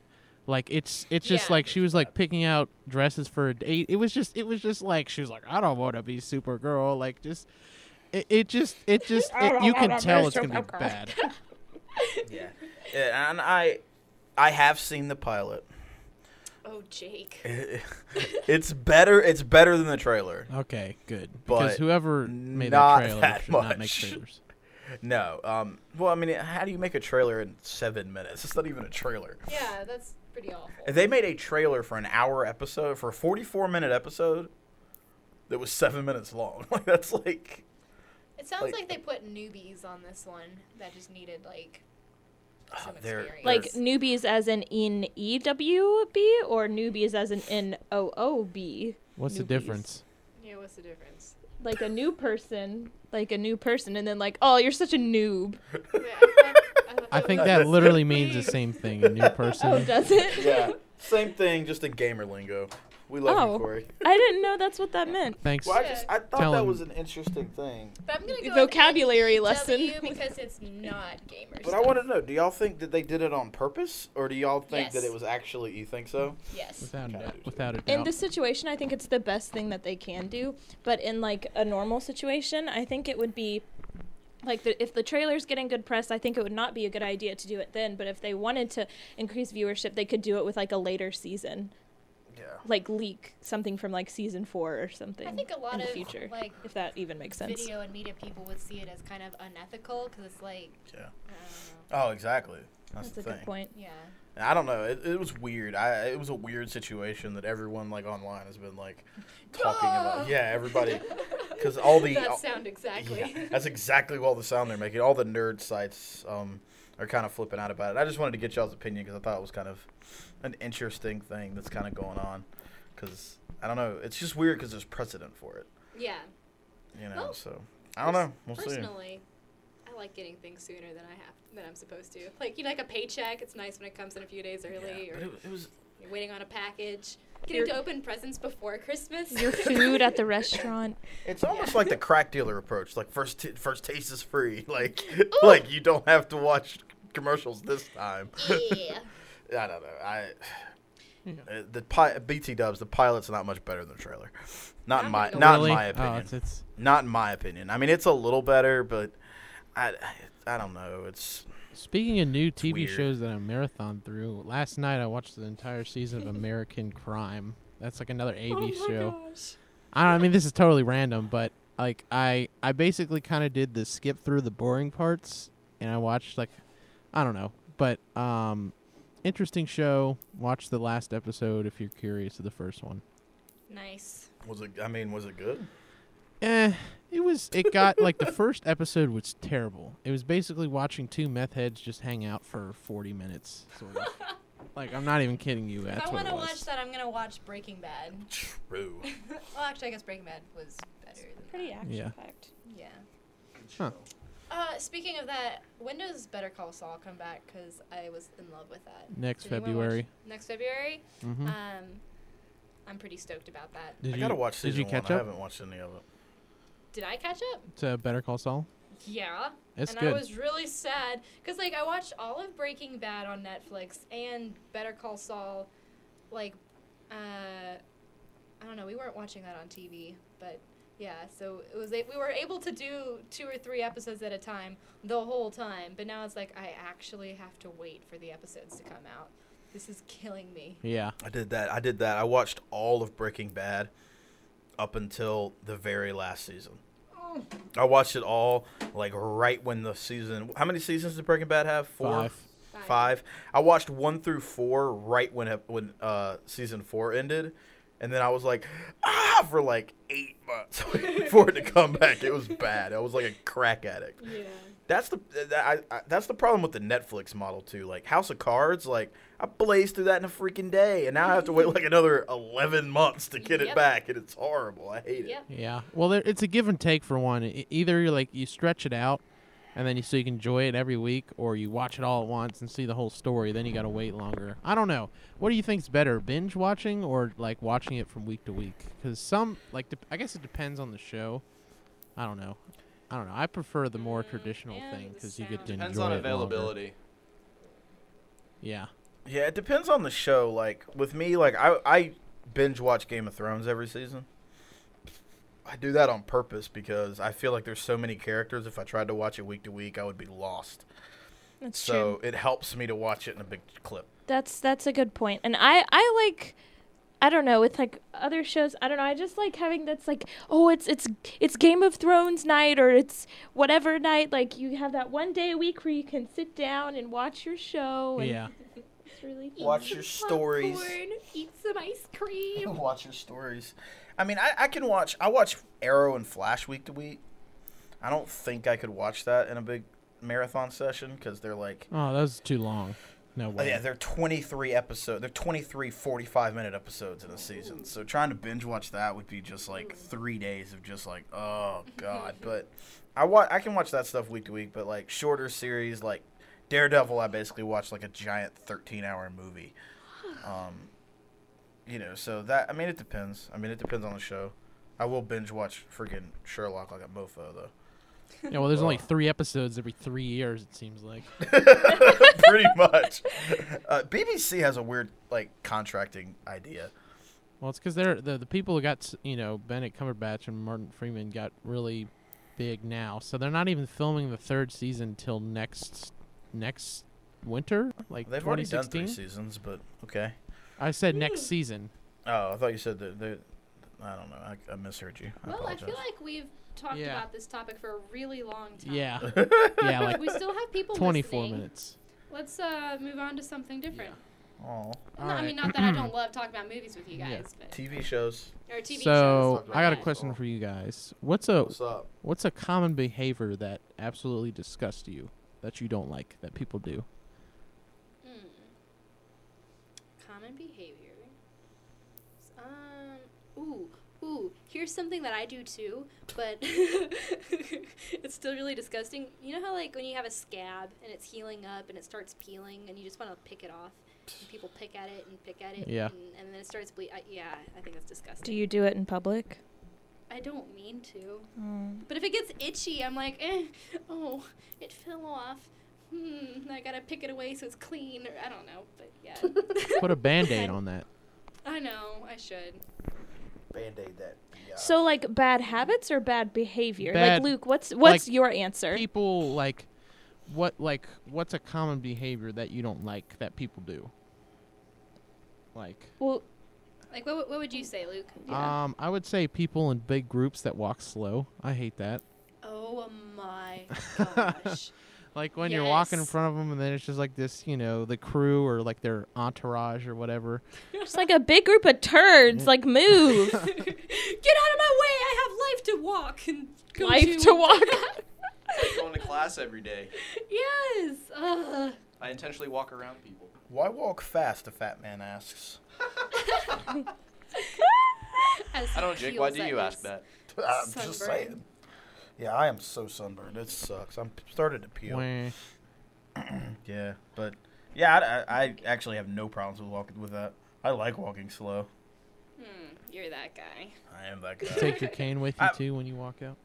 Speaker 1: Like it's it's just
Speaker 4: Yeah.
Speaker 1: like she was like picking out dresses for a date. It was just it was just like she was like I don't want to be Supergirl. Like just it, it just it just it, you can tell it's gonna be bad.
Speaker 2: Yeah, Yeah, and I, I have seen the pilot.
Speaker 4: Oh, Jake.
Speaker 2: it's better. It's better than the trailer.
Speaker 1: Okay, good.
Speaker 2: But
Speaker 1: because whoever made
Speaker 2: not
Speaker 1: that trailer
Speaker 2: that
Speaker 1: should not make
Speaker 2: much.
Speaker 1: trailers.
Speaker 2: No. Um, well, I mean, how do you make a trailer in seven minutes? It's not even a trailer.
Speaker 4: Yeah, that's pretty awful.
Speaker 2: If they made a trailer for an hour episode, for a 44 minute episode, that was seven minutes long. Like, that's like.
Speaker 4: It sounds
Speaker 2: like-
Speaker 4: like, they put newbies on this one that just needed like
Speaker 2: ah,
Speaker 4: Some
Speaker 2: they're-
Speaker 4: experience.
Speaker 3: Like
Speaker 2: they're-
Speaker 3: newbies as in N E W B or newbies as in N O O B.
Speaker 1: What's the
Speaker 3: Newbies.
Speaker 1: difference?
Speaker 4: yeah, what's the difference?
Speaker 3: Like a new person, like a new person, and then like, oh, you're such a noob.
Speaker 1: I think that literally means the same thing. A new person.
Speaker 3: Oh, does it?
Speaker 2: yeah. Same thing, just in gamer lingo. We love you,
Speaker 3: Oh.
Speaker 2: Corey.
Speaker 3: I didn't know that's what that meant.
Speaker 1: Thanks.
Speaker 2: Well, I just I thought
Speaker 1: Tell
Speaker 2: that
Speaker 1: him.
Speaker 2: was an interesting thing.
Speaker 4: But I'm gonna go with
Speaker 3: Vocabulary lesson.
Speaker 4: NW because it's not gamers.
Speaker 2: But I want to know, do y'all think that they did it on purpose, or do y'all think that
Speaker 4: Yes.
Speaker 2: it was actually? You think so?
Speaker 4: Yes.
Speaker 1: without, a
Speaker 2: Okay.
Speaker 1: doubt- without a
Speaker 3: In
Speaker 1: doubt.
Speaker 3: this situation, I think it's the best thing that they can do. But in like a normal situation, I think it would be like the, if the trailer's getting good press, I think it would not be a good idea to do it then. But if they wanted to increase viewership, they could do it with like a later season,
Speaker 2: Yeah.
Speaker 3: like leak something from like season four or something.
Speaker 4: I think a lot
Speaker 3: in the
Speaker 4: of
Speaker 3: future,
Speaker 4: like
Speaker 3: if that even makes sense.
Speaker 4: video and media people would see it as kind of unethical because it's like
Speaker 2: Yeah.
Speaker 4: I don't
Speaker 2: Oh, exactly. That's,
Speaker 3: That's
Speaker 2: the
Speaker 3: a
Speaker 2: thing.
Speaker 3: good point.
Speaker 4: know. Yeah.
Speaker 2: I don't know. It, it was weird. I it was a weird situation that everyone like online has been like talking about. Yeah, everybody, because all the all-
Speaker 4: that sound exactly.
Speaker 2: yeah, that's exactly all the sound they're making. All the nerd sites um are kind of flipping out about it. I just wanted to get y'all's opinion because I thought it was kind of an interesting thing that's kind of going on. Because I don't know. It's just weird because there's precedent for it.
Speaker 4: Yeah.
Speaker 2: You know.
Speaker 4: Well,
Speaker 2: so I don't know. We'll see.
Speaker 4: Personally, I like getting things sooner than I have than I'm supposed to. Like you know, like a paycheck. It's nice when it comes in a few days
Speaker 2: Yeah,
Speaker 4: early,
Speaker 2: but
Speaker 4: or
Speaker 2: it, was- it was
Speaker 4: you're waiting on a package. Getting to open presents before Christmas.
Speaker 3: Your food at the restaurant.
Speaker 2: It's almost like the crack dealer approach. Like first, t- first taste is free. Like, like you don't have to watch commercials this time.
Speaker 4: yeah.
Speaker 2: I don't know. I uh, the pi- BT Dubs. The pilot's not much better than the trailer. Not in my
Speaker 4: Not
Speaker 2: not
Speaker 1: really?
Speaker 2: in my
Speaker 1: Oh,
Speaker 2: opinion.
Speaker 1: it's- it's-
Speaker 2: not in my opinion. I mean, it's a little better, but I I don't know. It's
Speaker 1: Speaking of new TV
Speaker 2: weird.
Speaker 1: shows that I marathon through, last night I watched the entire season of American Crime. That's like another
Speaker 3: Oh
Speaker 1: AV show. I don't. I mean, this is totally random, but like I, I basically kind of did the skip through the boring parts, and I watched like, I don't know, but um, interesting show. Watch the last episode if you're curious of the first one.
Speaker 4: Nice.
Speaker 2: was it. I mean, was it good?
Speaker 1: Eh, it was. It got like the first episode was terrible. It was basically watching two meth heads just hang out for 40 minutes, sort of. like I'm not even kidding you. That's
Speaker 4: if I
Speaker 1: what
Speaker 4: want
Speaker 1: it
Speaker 4: to
Speaker 1: was.
Speaker 4: watch that, I'm gonna watch Breaking Bad.
Speaker 2: True.
Speaker 4: well, actually, I guess Breaking Bad was better. Than
Speaker 3: Pretty
Speaker 4: that.
Speaker 3: action
Speaker 1: Yeah.
Speaker 3: packed.
Speaker 4: Yeah.
Speaker 1: Huh.
Speaker 4: Uh, speaking of that, when does Better Call Saul come back? Because I was in love with that.
Speaker 1: Next
Speaker 4: Did anyone watch-
Speaker 1: February.
Speaker 4: Next February.
Speaker 1: Mm-hmm.
Speaker 4: Um, I'm pretty stoked about that.
Speaker 1: did
Speaker 2: I
Speaker 1: you
Speaker 2: gotta watch
Speaker 1: Did
Speaker 2: season
Speaker 1: you catch
Speaker 2: one. I
Speaker 1: up
Speaker 2: haven't watched any of it.
Speaker 4: Did I catch up?
Speaker 1: to Better Call Saul?
Speaker 4: Yeah.
Speaker 1: It's
Speaker 4: and
Speaker 1: good.
Speaker 4: I was really sad because like I watched all of Breaking Bad on Netflix and Better Call Saul, like, uh, I don't know. We weren't watching that on TV, but yeah. So it was a- we were able to do two or three episodes at a time the whole time. But now it's like I actually have to wait for the episodes to come out. This is killing me.
Speaker 1: yeah.
Speaker 2: I did that. I did that. I watched all of Breaking Bad up until the very last season. I watched it all like right when the season. How many seasons did Breaking Bad have? Four.
Speaker 1: Five.
Speaker 4: Five.
Speaker 2: Five. I watched one through four right when ep- when uh, season four ended, and then I was like, ah, for like eight months waiting for it to come back. It was bad. I was like a crack addict.
Speaker 4: Yeah.
Speaker 2: That's the that- I, I, that's the problem with the Netflix model too. Like House of Cards, like I blazed through that in a freaking day, and now I have to wait like another eleven months to get it
Speaker 4: Yep.
Speaker 2: back, and it's horrible. I hate it.
Speaker 4: Yep.
Speaker 1: Yeah. Well, there, it's a give and take for one. E- either you're like you stretch it out, and then you so you can enjoy it every week, or you watch it all at once and see the whole story. Then you gotta wait longer. I don't know. What do you think's better, binge watching or like watching it from week to week? Because some like dep I guess it depends on the show. I don't know. I don't know. I prefer the more
Speaker 4: Mm,
Speaker 1: traditional
Speaker 4: and
Speaker 1: thing
Speaker 4: the
Speaker 1: because you get to
Speaker 4: sound.
Speaker 5: Depends
Speaker 1: enjoy
Speaker 5: on
Speaker 1: it longer.
Speaker 5: availability.
Speaker 1: Yeah.
Speaker 2: Yeah, it depends on the show. Like with me, like I I binge watch Game of Thrones every season. I do that on purpose because I feel like there's so many characters. If I tried to watch it week to week, I would be lost.
Speaker 3: That's true.
Speaker 2: so it helps me to watch it in a big clip.
Speaker 3: That's that's a good point. And I I like I don't know with like other shows. I don't know. I just like having that's like oh it's it's it's Game of Thrones night or it's whatever night. Like you have that one day a week where you can sit down and watch your
Speaker 4: Oh,
Speaker 3: show. And
Speaker 1: Yeah.
Speaker 3: It's really fun.
Speaker 2: Watch your stories.
Speaker 4: Popcorn, eat some ice cream.
Speaker 2: Watch your stories. I mean, I, I can watch. I watch Arrow and Flash week to week. I don't think I could watch that in a big marathon session because they're like,
Speaker 1: Oh, that was too long. No
Speaker 2: Oh,
Speaker 1: way.
Speaker 2: yeah, they're 23 episode. They're 23 45 minute episodes in a season. So trying to binge watch that would be just like 3 days of just like, oh god. But I wa- I can watch that stuff week to week, but like shorter series like Daredevil I basically watched like a giant 13-hour movie. Um you know, so that I mean it depends. I mean it depends on the show. I will binge watch freaking Sherlock like a mofo though.
Speaker 1: yeah. Well, there's only three episodes every three years. It seems like.
Speaker 2: Pretty much. Uh, BBC has a weird like contracting idea.
Speaker 1: Well, it's because they're the, the people who got s- you know Bennett Cumberbatch and Martin Freeman got really big now, so they're not even filming the third season till next next winter, like
Speaker 2: They've already done
Speaker 1: 2016.
Speaker 2: three seasons, but okay.
Speaker 1: I said next season.
Speaker 2: Oh, I thought you said that. They, I don't know. I, I misheard you. I
Speaker 4: Well, I
Speaker 2: apologize.
Speaker 4: feel like we've talked
Speaker 1: Yeah.
Speaker 4: about this topic for a really long time.
Speaker 1: Yeah, yeah, like
Speaker 4: we still have people
Speaker 1: 24
Speaker 4: listening.
Speaker 1: minutes.
Speaker 4: Let's uh, move on to something different.
Speaker 2: Aw.
Speaker 4: No, I
Speaker 1: Alright.
Speaker 4: mean, not that I don't love talking about movies with you
Speaker 1: Yeah.
Speaker 4: guys, but
Speaker 2: TV shows.
Speaker 4: or TV
Speaker 1: so
Speaker 4: shows.
Speaker 1: I got a
Speaker 4: but-
Speaker 1: question for you guys. What's a
Speaker 2: What's up?
Speaker 1: what's a common behavior that absolutely disgusts you that you don't like that people do?
Speaker 4: Hmm. Common behavior. Um. Ooh. Ooh. Here's something that I do too, but it's still really disgusting. You know how like when you have a scab and it's healing up and it starts peeling and you just want to pick it off. and people pick at it and pick at it.
Speaker 1: Yeah.
Speaker 4: And, and then it starts bleeding. Yeah, I think that's disgusting.
Speaker 3: Do you do it in public?
Speaker 4: I don't mean to.
Speaker 3: Hmm.
Speaker 4: But if it gets itchy, I'm like, eh, oh, it fell off. Hmm, I gotta pick it away so it's clean. Or I don't know, but yeah.
Speaker 1: Put a band aid on that.
Speaker 4: I know, I should.
Speaker 2: Band aid that. Yeah.
Speaker 3: So like bad habits or bad behavior?
Speaker 1: Bad-
Speaker 3: like Luke, what's what's
Speaker 1: like,
Speaker 3: your answer?
Speaker 1: People like what like what's a common behavior that you don't like that people do? Like
Speaker 3: Well,
Speaker 4: Like, what, would- what would you say, Luke?
Speaker 3: Yeah.
Speaker 1: um I would say people in big groups that walk slow. I hate that.
Speaker 4: Oh my gosh.
Speaker 1: Like when you're walking in
Speaker 4: Yes.
Speaker 1: front of them and then it's just like this, you know, the crew or like their entourage or whatever.
Speaker 3: it's like a big group of turds. Like move,
Speaker 4: Get out of my way! I have life to walk and go
Speaker 3: life to walk.
Speaker 5: Going to class every day.
Speaker 4: yes! Ugh.
Speaker 5: I intentionally walk around people.
Speaker 2: Why walk fast? A fat man asks.
Speaker 4: As
Speaker 5: I don't,
Speaker 4: he
Speaker 5: Jake. Why
Speaker 4: feels
Speaker 5: do you ask
Speaker 4: he's-
Speaker 5: that?
Speaker 2: I'm
Speaker 4: Sunburn.
Speaker 2: just saying. Yeah, I am so sunburned. It sucks. I'm started to peel.
Speaker 1: Wah.
Speaker 2: Yeah, but yeah, I, I- I actually have no problems with walking with that. I like walking slow.
Speaker 4: Hmm, you're that guy.
Speaker 2: I am that guy.
Speaker 1: Take your cane with you
Speaker 2: I-
Speaker 1: too when you walk out.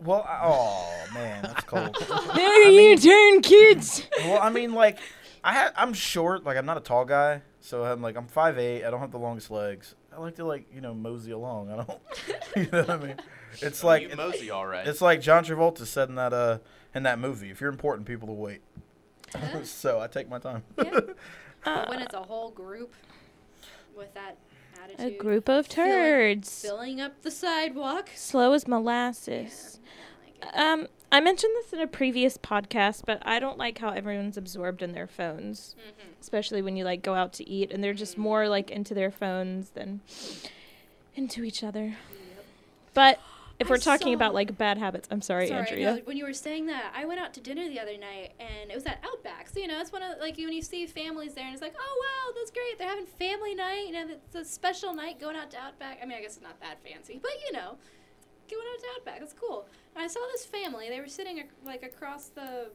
Speaker 2: well, I, oh man, that's cold.
Speaker 3: There you turn, kids.
Speaker 2: well, I mean, like, I ha- I'm short. Like, I'm not a tall guy, so I'm like, I'm 5'8". I don't have the longest legs. I like to like, you know, mosey along. I don't. you know what I mean? It's
Speaker 5: Like
Speaker 2: like
Speaker 5: you mosey, all right.
Speaker 2: It's like John Travolta said in that uh in that movie. If you're important, people will wait. so I take my time.
Speaker 4: Uh-huh. Yeah.
Speaker 3: Uh,
Speaker 4: But when it's a whole group with that
Speaker 3: A
Speaker 4: attitude.
Speaker 3: group of
Speaker 4: Fill it-
Speaker 3: turds.
Speaker 4: Filling up the sidewalk.
Speaker 3: Slow as molasses. Um, I mentioned this in a previous podcast, but I don't like how everyone's absorbed in their phones,
Speaker 4: Mm-hmm.
Speaker 3: especially when you like go out to eat and they're just more like into their phones than into each other. But if
Speaker 4: I
Speaker 3: we're talking
Speaker 4: saw-
Speaker 3: about like bad habits, I'm sorry,
Speaker 4: Sorry,
Speaker 3: Andrea.
Speaker 4: no, when you were saying that, I went out to dinner the other night, and it was at Outback. So you know, it's one of like you- when you see families there, and it's like, oh wow, that's great. They're having family night. You know, it's a special night going out to Outback. I mean, I guess it's not that fancy, but you know, going out to Outback, it's cool. And I saw this family. They were sitting ac- like across the.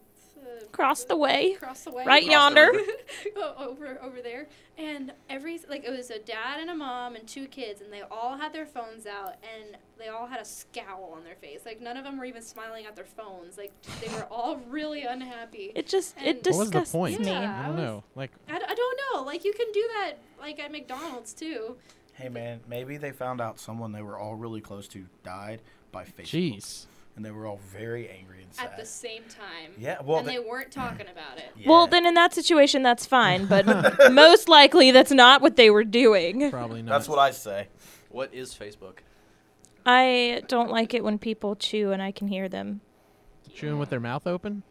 Speaker 4: Uh,
Speaker 3: Cross the way,
Speaker 4: Across the way.
Speaker 3: right
Speaker 5: the
Speaker 3: yonder.
Speaker 5: river.
Speaker 4: O- over over there and every like it was a dad and a mom and two kids and they all had their phones out and they all had a scowl on their face like none of them were even smiling at their phones like they were all really unhappy
Speaker 3: It just it
Speaker 4: And-
Speaker 1: What was the
Speaker 3: disgusts
Speaker 1: point?
Speaker 3: me.
Speaker 4: Yeah.
Speaker 1: I
Speaker 4: I
Speaker 1: don't
Speaker 4: was-
Speaker 1: know. Like
Speaker 4: I, d- I don't know like you can do that like at mcdonald's too
Speaker 2: Hey man, maybe they found out someone they were all really close to died by Facebook,
Speaker 1: jeez.
Speaker 2: and they were all very angry and sad.
Speaker 4: at the same time
Speaker 2: yeah, well,
Speaker 4: and
Speaker 2: they-
Speaker 4: they weren't talking about it
Speaker 2: yeah.
Speaker 3: Well, then in that situation, that's fine, but most likely that's not what they were doing.
Speaker 1: Probably not.
Speaker 2: that's what I say.
Speaker 5: what is Facebook?
Speaker 3: I don't like it when people chew and I can hear them.
Speaker 1: chewing with their mouth open.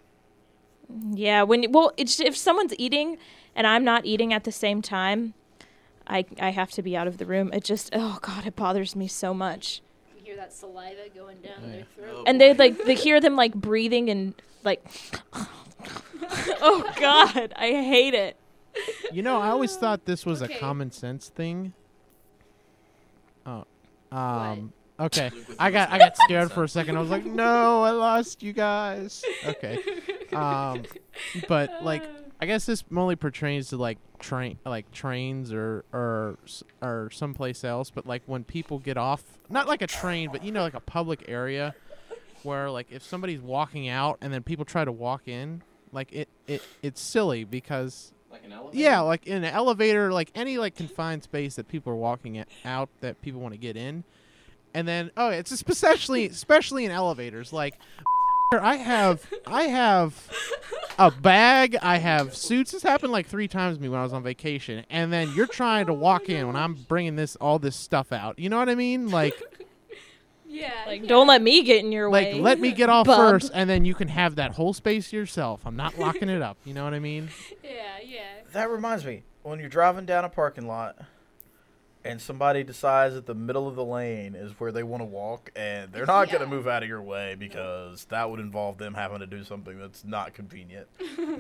Speaker 3: Yeah, when well, it's if someone's eating and I'm not eating at the same time, I I have to be out of the room. It just oh god, it bothers me so much.
Speaker 4: you hear that saliva going down
Speaker 1: Yeah.
Speaker 4: their throat
Speaker 3: And they like they hear them like breathing and like oh god, I hate it.
Speaker 1: You know, I always thought this was a
Speaker 4: Okay.
Speaker 1: common sense thing. Oh, um, okay. I got I
Speaker 5: Common
Speaker 1: got scared for a second. I was like, no, I lost you guys. Okay, um, but like, I guess this only pertains to like train, like trains or or s- or someplace else. But like when people get off, not like a train, but you know, like a public area, where like if somebody's walking out and then people try to walk in, like it it it's silly because
Speaker 5: Like an elephant.
Speaker 1: yeah, like in an elevator, like any like confined space that people are walking a- out that people want to get in, and then oh, it's especially especially in elevators. Like, I have I have a bag. I have suits. This happened like three times to me when I was on vacation, and then you're trying to walk in when I'm bringing this all this stuff out. You know what I mean? Like,
Speaker 4: yeah
Speaker 3: Like
Speaker 4: yeah.
Speaker 3: don't let me get in your
Speaker 1: like
Speaker 3: way.
Speaker 1: let me get off
Speaker 3: bub.
Speaker 1: first, and then you can have that whole space to yourself. I'm not locking it up. You know what I mean?
Speaker 4: yeah yeah
Speaker 2: That reminds me, when you're driving down a parking lot, and somebody decides that the middle of the lane is where they want to walk, and they're not going to
Speaker 4: Yeah.
Speaker 2: move out of your way because that would involve them having to do something that's not convenient.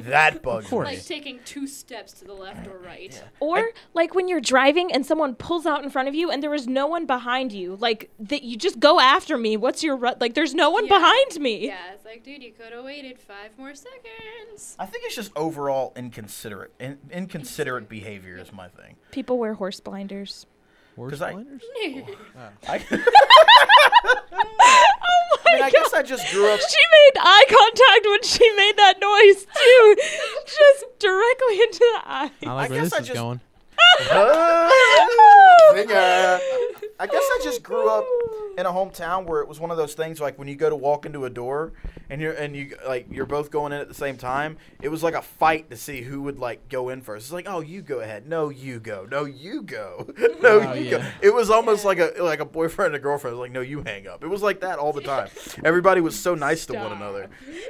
Speaker 2: that bugs
Speaker 1: course.
Speaker 2: me.
Speaker 1: Right.
Speaker 4: Like taking two steps to the left or right.
Speaker 3: Or like when you're driving and someone pulls out in front of you and there is no one behind you, like that you just go after me. What's your ru- like? There's no one
Speaker 4: Yeah.
Speaker 3: behind me.
Speaker 4: Yeah, it's like, dude, you could have waited five more seconds.
Speaker 2: I think it's just overall inconsiderate. In, inconsiderate behavior is my thing.
Speaker 3: People wear horse blinders.
Speaker 1: Horse
Speaker 2: 'Cause I-
Speaker 1: blinders?
Speaker 2: I,
Speaker 3: Oh my
Speaker 2: I mean, I guess I just grew up.
Speaker 3: She made eye contact when she made that noise too, just directly into the eye.
Speaker 1: I like where
Speaker 2: guess
Speaker 1: this
Speaker 2: I
Speaker 1: is
Speaker 2: just-
Speaker 1: going.
Speaker 2: Zinger. I guess I just grew up in a hometown where it was one of those things like when you go to walk into a door and you're and you like you're both going in at the same time, it was like a fight to see who would like go in first. It's like, oh you go ahead. No, you go. No, you go. No,
Speaker 1: Oh,
Speaker 2: you go.
Speaker 1: yeah.
Speaker 2: It was almost like a like a boyfriend and a girlfriend. It was like, no, you hang up. It was like that all the time. Everybody was so nice to one
Speaker 4: Stop.
Speaker 2: another.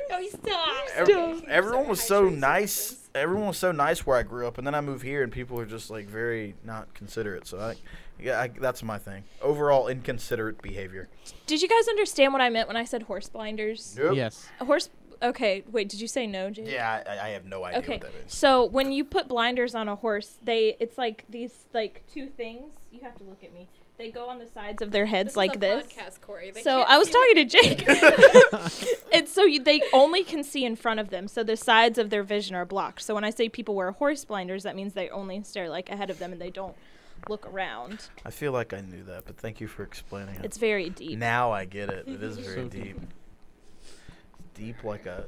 Speaker 3: No, Oh, stop.
Speaker 2: Every-
Speaker 3: Stop.
Speaker 2: everyone was so
Speaker 4: Sorry, I
Speaker 2: nice.
Speaker 4: chose
Speaker 2: Everyone was so nice where I grew up, and then I moved here, and people are just like very not considerate. So I, yeah, I, that's my thing. Overall inconsiderate behavior.
Speaker 3: Did you guys understand what I meant when I said horse blinders?
Speaker 1: Yes.
Speaker 3: Horse. Okay, wait. Did you say no, Jade?
Speaker 2: Yeah, I, I have no idea
Speaker 3: Okay.
Speaker 2: what that is.
Speaker 3: So when you put blinders on a horse, they it's like these like two things. You have to look at me. They go on the sides of their heads
Speaker 4: This
Speaker 3: like
Speaker 4: is a
Speaker 3: this.
Speaker 4: Podcast, Corey. They
Speaker 3: So
Speaker 4: can't
Speaker 3: I was talking
Speaker 4: see
Speaker 3: to
Speaker 4: what-
Speaker 3: Jake. and so you, they only can see in front of them. So the sides of their vision are blocked. So when I say people wear horse blinders, that means they only stare like ahead of them and they don't look around.
Speaker 2: I feel like I knew that, but thank you for explaining it.
Speaker 3: It's very deep.
Speaker 2: now I get it. It is very
Speaker 1: So
Speaker 2: deep.
Speaker 1: deep.
Speaker 2: Deep like a.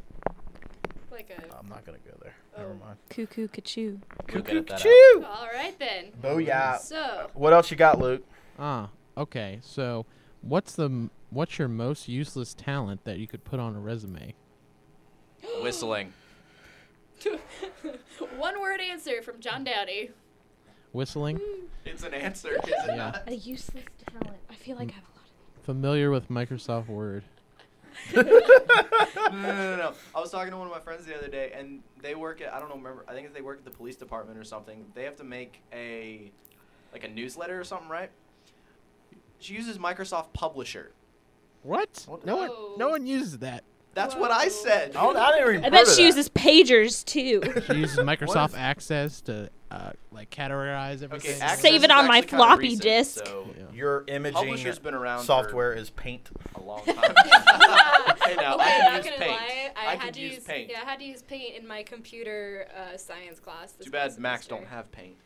Speaker 4: Like a.
Speaker 2: I'm not gonna go there.
Speaker 4: Oh.
Speaker 2: Never mind.
Speaker 3: Cuckoo, kachoo.
Speaker 5: We'll edit that out.
Speaker 2: Choo!
Speaker 4: All right then.
Speaker 5: Uh,
Speaker 2: Booyah!
Speaker 4: So
Speaker 2: Oh, What else you got, Luke?
Speaker 1: Ah, okay. So, what's the m- what's your most useless talent that you could put on a resume?
Speaker 5: Whistling.
Speaker 4: one word answer from John Dowdy.
Speaker 1: Whistling?
Speaker 5: It's an answer, is it
Speaker 1: Yeah.
Speaker 5: not?
Speaker 3: A useless talent. I feel like I have a lot of
Speaker 1: Familiar with Microsoft Word.
Speaker 2: Oh,
Speaker 5: no, no, no, no. I was talking to one of my friends the other day, and they work at I don't know, remember. I think they work at the police department or something. They have to make a like a newsletter or something, right? She uses Microsoft Publisher.
Speaker 1: What?
Speaker 2: What?
Speaker 1: No one no
Speaker 4: Oh.
Speaker 1: one uses that.
Speaker 5: That's what I
Speaker 4: Whoa.
Speaker 5: said.
Speaker 2: I, don't, I didn't even.
Speaker 3: I bet
Speaker 2: heard of
Speaker 3: she
Speaker 2: that.
Speaker 3: uses pagers too.
Speaker 1: She uses
Speaker 2: is-
Speaker 1: Microsoft Access to uh, like categorize
Speaker 5: Okay,
Speaker 1: everything.
Speaker 5: Access
Speaker 3: Save it
Speaker 5: is
Speaker 3: on my
Speaker 5: actually kinda
Speaker 3: floppy
Speaker 5: recent,
Speaker 3: disk.
Speaker 5: So
Speaker 1: Yeah.
Speaker 2: Your imaging
Speaker 5: Publisher's been around for-
Speaker 2: software is Paint.
Speaker 5: a long time. hey now, I
Speaker 4: okay, am
Speaker 5: can
Speaker 4: not
Speaker 5: use
Speaker 4: gonna
Speaker 5: paint.
Speaker 4: lie. I,
Speaker 5: I,
Speaker 4: had
Speaker 5: can
Speaker 4: to
Speaker 5: use, paint.
Speaker 4: Yeah, I had to use paint in my computer uh, science class. This
Speaker 5: Too bad
Speaker 4: past
Speaker 5: Macs
Speaker 4: semester.
Speaker 5: don't have paint.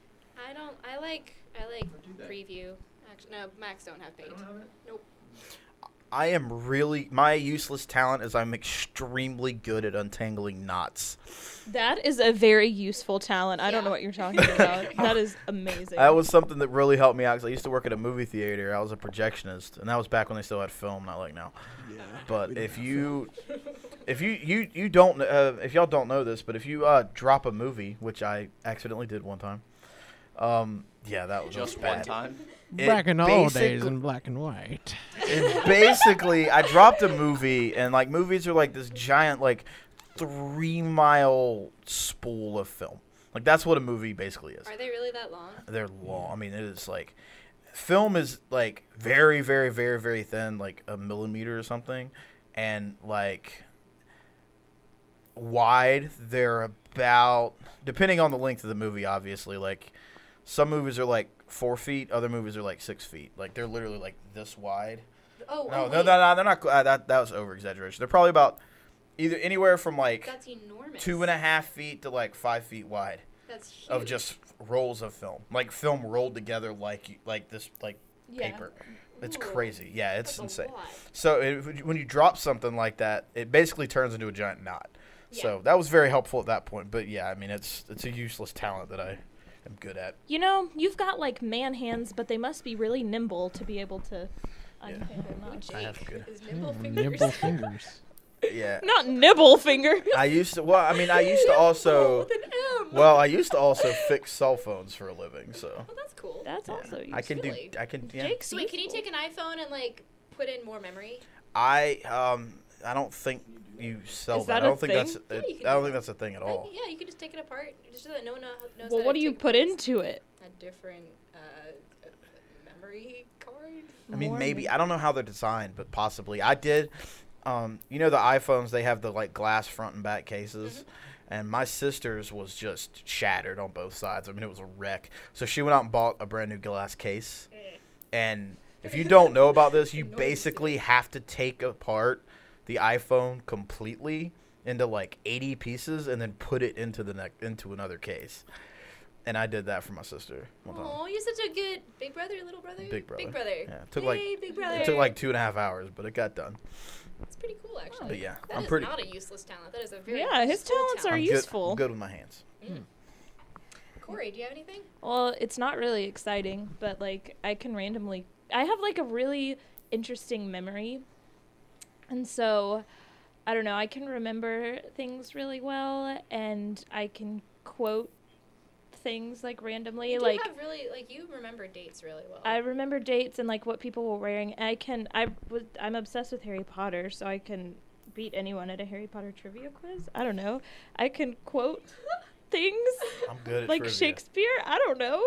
Speaker 4: I don't. I like. I like
Speaker 5: Or do they?
Speaker 4: preview. Actually, no, Macs don't have paint.
Speaker 2: I am really my useless talent is I'm extremely good at untangling knots.
Speaker 3: That is a very useful talent. I don't know
Speaker 4: Yeah.
Speaker 3: what you're talking about. that is amazing.
Speaker 2: That was something that really helped me out 'cause I used to work at a movie theater. I was a projectionist, and that was back when they still had film, not like now. But if you, if you you you don't uh, if y'all don't know this, but if you uh, drop a movie, which I accidentally did one time, um, yeah, that was
Speaker 5: Just
Speaker 2: bad.
Speaker 5: one time.
Speaker 2: It
Speaker 1: Back in the old days
Speaker 2: basically-
Speaker 1: in black and white.
Speaker 2: And basically, I dropped a movie, and like movies are like this giant, like three mile spool of film. Like that's what a movie basically is.
Speaker 4: Are they really that long?
Speaker 2: They're long. I mean, it is like film is like very, very, very, very thin, like a millimeter or something, and like wide. They're about depending on the length of the movie, obviously. Like some movies are like four feet, other movies are like six feet. Like they're literally like this wide.
Speaker 4: Oh,
Speaker 2: No,
Speaker 4: oh,
Speaker 2: no,
Speaker 4: wait,
Speaker 2: no, no, they're not. Uh, that that was over exaggeration. They're probably about either anywhere from like
Speaker 4: That's enormous.
Speaker 2: two and a half feet to like five feet wide
Speaker 4: That's huge.
Speaker 2: of just rolls of film, like film rolled together like you- like this like
Speaker 3: Yeah.
Speaker 2: paper. It's
Speaker 4: Ooh.
Speaker 2: crazy. Yeah, it's
Speaker 4: That's a
Speaker 2: insane.
Speaker 4: lot.
Speaker 2: So it, when you drop something like that, it basically turns into a giant knot. So
Speaker 4: Yeah.
Speaker 2: that was very helpful at that point. But yeah, I mean, it's it's a useless talent that I am good at.
Speaker 3: You know, you've got like man hands, but they must be really nimble to be able to untangle
Speaker 4: Ooh,
Speaker 3: knots.
Speaker 2: I have
Speaker 4: Jake,
Speaker 2: good-
Speaker 4: His nimble
Speaker 1: Mm,
Speaker 4: fingers.
Speaker 1: Nimble fingers.
Speaker 2: Yeah,
Speaker 3: Not nibble finger.
Speaker 2: I used to. Well, I mean, I used to also.
Speaker 4: With an M.
Speaker 2: Well, I used to also fix cell phones for a living. So
Speaker 4: Well, that's cool.
Speaker 3: That's also
Speaker 2: I can do.
Speaker 4: Really?
Speaker 2: I can. Yeah.
Speaker 3: Jake's
Speaker 4: so wait, can you
Speaker 3: useful.
Speaker 4: take an iPhone and like put in more memory?
Speaker 2: I um. I don't think you sell
Speaker 3: Is
Speaker 2: that.
Speaker 3: that
Speaker 2: I
Speaker 3: a
Speaker 2: don't think
Speaker 3: thing?
Speaker 2: that's.
Speaker 4: Yeah, you
Speaker 2: It, I
Speaker 4: can do
Speaker 2: don't
Speaker 4: that.
Speaker 2: think that's a thing at
Speaker 4: Like,
Speaker 2: all.
Speaker 4: yeah, you can just take it apart just so that no one knows.
Speaker 3: Well,
Speaker 4: how
Speaker 3: what
Speaker 4: to
Speaker 3: do you
Speaker 4: take
Speaker 3: put
Speaker 4: apart.
Speaker 3: into it?
Speaker 4: a different uh, memory card.
Speaker 2: I mean, maybe I don't know how they're designed, but possibly I did. Um, you know the iPhones they have the like glass front and back cases, and my sister's was just shattered on both sides. I mean, it was a wreck. So she went out and bought a brand new glass case, and if you don't know about this, you
Speaker 4: Noisy.
Speaker 2: basically have to take apart the iPhone completely into like 80 pieces and then put it into the neck into another case. And I did that for my sister. One time.
Speaker 4: Oh, you're such a good big brother, little brother.
Speaker 2: Big brother.
Speaker 4: Big brother.
Speaker 2: Yeah, it took like
Speaker 4: Yay, big brother.
Speaker 2: it took like two and a half hours, but it got done.
Speaker 4: It's pretty cool actually.
Speaker 2: But yeah,
Speaker 4: That
Speaker 2: I'm
Speaker 4: is
Speaker 2: pretty.
Speaker 4: not a useless talent. That is a very
Speaker 3: Yeah, his
Speaker 4: useful
Speaker 3: talents are
Speaker 4: talent.
Speaker 2: I'm good-
Speaker 3: useful.
Speaker 2: I'm good with my hands.
Speaker 4: Corey, do you have anything?
Speaker 3: Well, it's not really exciting, but like I can randomly I have like a really interesting memory. And so I don't know, I can remember things really well and I can quote things like randomly
Speaker 4: You do
Speaker 3: like
Speaker 4: have really like you remember dates really well.
Speaker 3: I remember dates and like what people were wearing. I can I was I'm obsessed with Harry Potter, so I can beat anyone at a Harry Potter trivia quiz. I don't know. I can quote things
Speaker 2: I'm good at
Speaker 3: like
Speaker 2: trivia.
Speaker 3: Shakespeare. I don't know.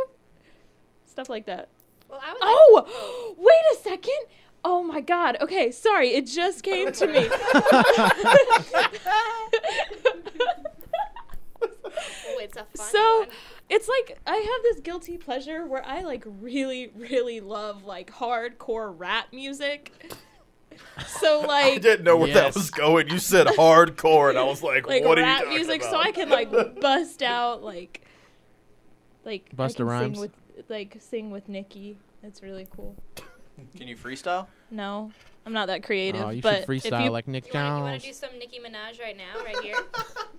Speaker 3: Stuff like that.
Speaker 4: well, I was
Speaker 3: Oh, wait a second. Oh my god. Okay, sorry. It just came to me.
Speaker 4: like, oh, it's a fun
Speaker 3: so
Speaker 4: one.
Speaker 3: it's like I have this guilty pleasure where I like really, really love like hardcore rap music. So
Speaker 2: I
Speaker 3: like
Speaker 2: didn't know where
Speaker 1: Yes.
Speaker 2: that was going. You said hardcore, and I was like,
Speaker 3: like
Speaker 2: "What are you
Speaker 3: rap
Speaker 2: talking
Speaker 3: music so
Speaker 2: about?
Speaker 3: I can like bust out like like I
Speaker 1: Busta
Speaker 3: can
Speaker 1: Rhymes?
Speaker 3: sing with like sing with Nikki. It's really cool.
Speaker 5: Can you freestyle?
Speaker 3: No, I'm not that creative.
Speaker 1: Oh, you
Speaker 3: but
Speaker 1: should freestyle
Speaker 3: if you,
Speaker 1: like Nick
Speaker 4: You want, you want
Speaker 1: Jones.
Speaker 4: to do some Nicki Minaj right now, right here?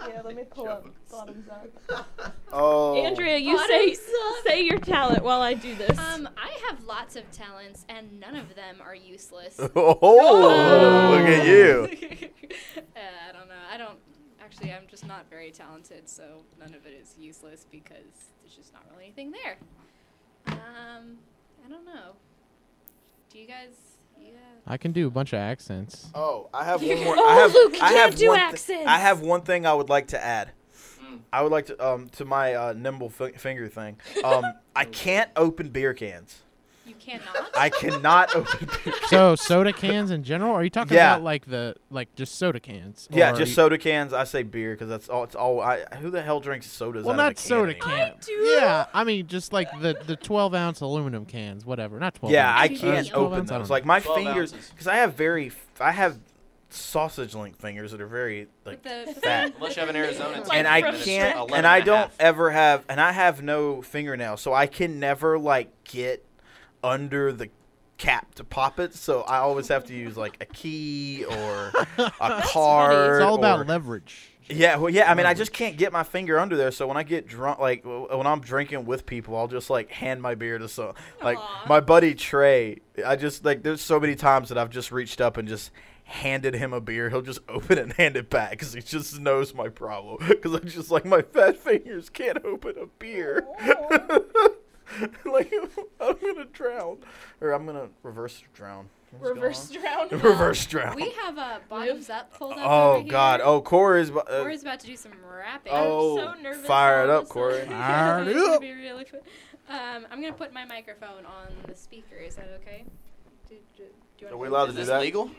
Speaker 3: Yeah, let me pull up bottoms up.
Speaker 2: Oh,
Speaker 3: Andrea, you say
Speaker 4: Bottoms up.
Speaker 3: say your talent while I do this.
Speaker 4: um, I have lots of talents, and none of them are useless. uh,
Speaker 2: Oh, look at you.
Speaker 4: Uh, I don't know. I don't. Actually, I'm just not very talented, so none of it is useless because there's just not really anything there. Um, I don't know. Do you guys? Yeah.
Speaker 1: I can do a bunch of accents.
Speaker 2: Oh, I have
Speaker 4: one more-
Speaker 3: Oh,
Speaker 2: I have,
Speaker 3: Luke, you
Speaker 2: I
Speaker 3: can't
Speaker 2: have
Speaker 3: do
Speaker 2: one
Speaker 3: accents.
Speaker 2: I have one thing I would like to add.
Speaker 5: Mm.
Speaker 2: I would like to um to my uh, nimble fi- finger thing. Um, I can't open beer cans.
Speaker 4: You cannot.
Speaker 2: I cannot open. beer
Speaker 1: So soda cans in general? Are you talking
Speaker 2: Yeah.
Speaker 1: about like the like just soda cans?
Speaker 2: Yeah,
Speaker 1: Or
Speaker 2: just
Speaker 1: you-
Speaker 2: soda cans. I say beer because that's all. It's all. I, who the hell drinks sodas?
Speaker 1: Well,
Speaker 2: out of a
Speaker 1: not
Speaker 2: can
Speaker 1: soda
Speaker 2: anymore?
Speaker 1: can. Yeah, I mean just like the the 12 ounce aluminum cans, whatever. Not 12.
Speaker 2: Yeah,
Speaker 1: ounce.
Speaker 2: I
Speaker 4: Actually,
Speaker 2: can't open
Speaker 4: yeah.
Speaker 1: Twelve ounce, I don't
Speaker 2: those.
Speaker 1: know.
Speaker 2: Like my
Speaker 5: Twelve
Speaker 2: fingers,
Speaker 5: ounces.
Speaker 2: because I have very, I have sausage link fingers that are very like
Speaker 4: With the
Speaker 2: fat,
Speaker 5: Unless you have an Arizona.
Speaker 3: Like
Speaker 5: tan,
Speaker 2: and I
Speaker 5: then it's
Speaker 2: can't,
Speaker 5: 11
Speaker 2: and I
Speaker 5: a
Speaker 2: don't
Speaker 5: half.
Speaker 2: ever have, and I have no fingernails, so I can never like get under the cap to pop it. So I always have to use like a key or a card.
Speaker 1: It's all about
Speaker 2: or-
Speaker 1: leverage.
Speaker 2: yeah, well, yeah. I mean, I just can't get my finger under there. So when I get drunk, like w- when I'm drinking with people, I'll just like hand my beer to some. Like
Speaker 4: Aw.
Speaker 2: my buddy Trey, I just like there's so many times that I've just reached up and just handed him a beer. He'll just open it and hand it back because he just knows my problem. Because I'm just like my fat fingers can't open a beer. like I'm gonna drown, or I'm gonna reverse drown. What's going
Speaker 3: reverse drown.
Speaker 2: on? reverse drown.
Speaker 4: we have a bottoms up pulled up.
Speaker 2: Oh
Speaker 4: over
Speaker 2: God!
Speaker 4: Here.
Speaker 2: Oh, Corey's. bu- uh,
Speaker 4: Corey's about to do some rapping.
Speaker 2: Oh,
Speaker 3: I'm so nervous.
Speaker 2: fire it
Speaker 3: all
Speaker 2: up,
Speaker 3: of a
Speaker 2: Corey.
Speaker 3: sudden.
Speaker 1: Fire it
Speaker 4: It's gonna
Speaker 1: up.
Speaker 4: be really quick. Um, I'm gonna put my microphone on the speaker. Is that okay? Do, do, do you wanna
Speaker 2: Are we
Speaker 4: put-
Speaker 2: allowed to
Speaker 5: Is
Speaker 2: do
Speaker 5: this
Speaker 2: that?
Speaker 5: legal?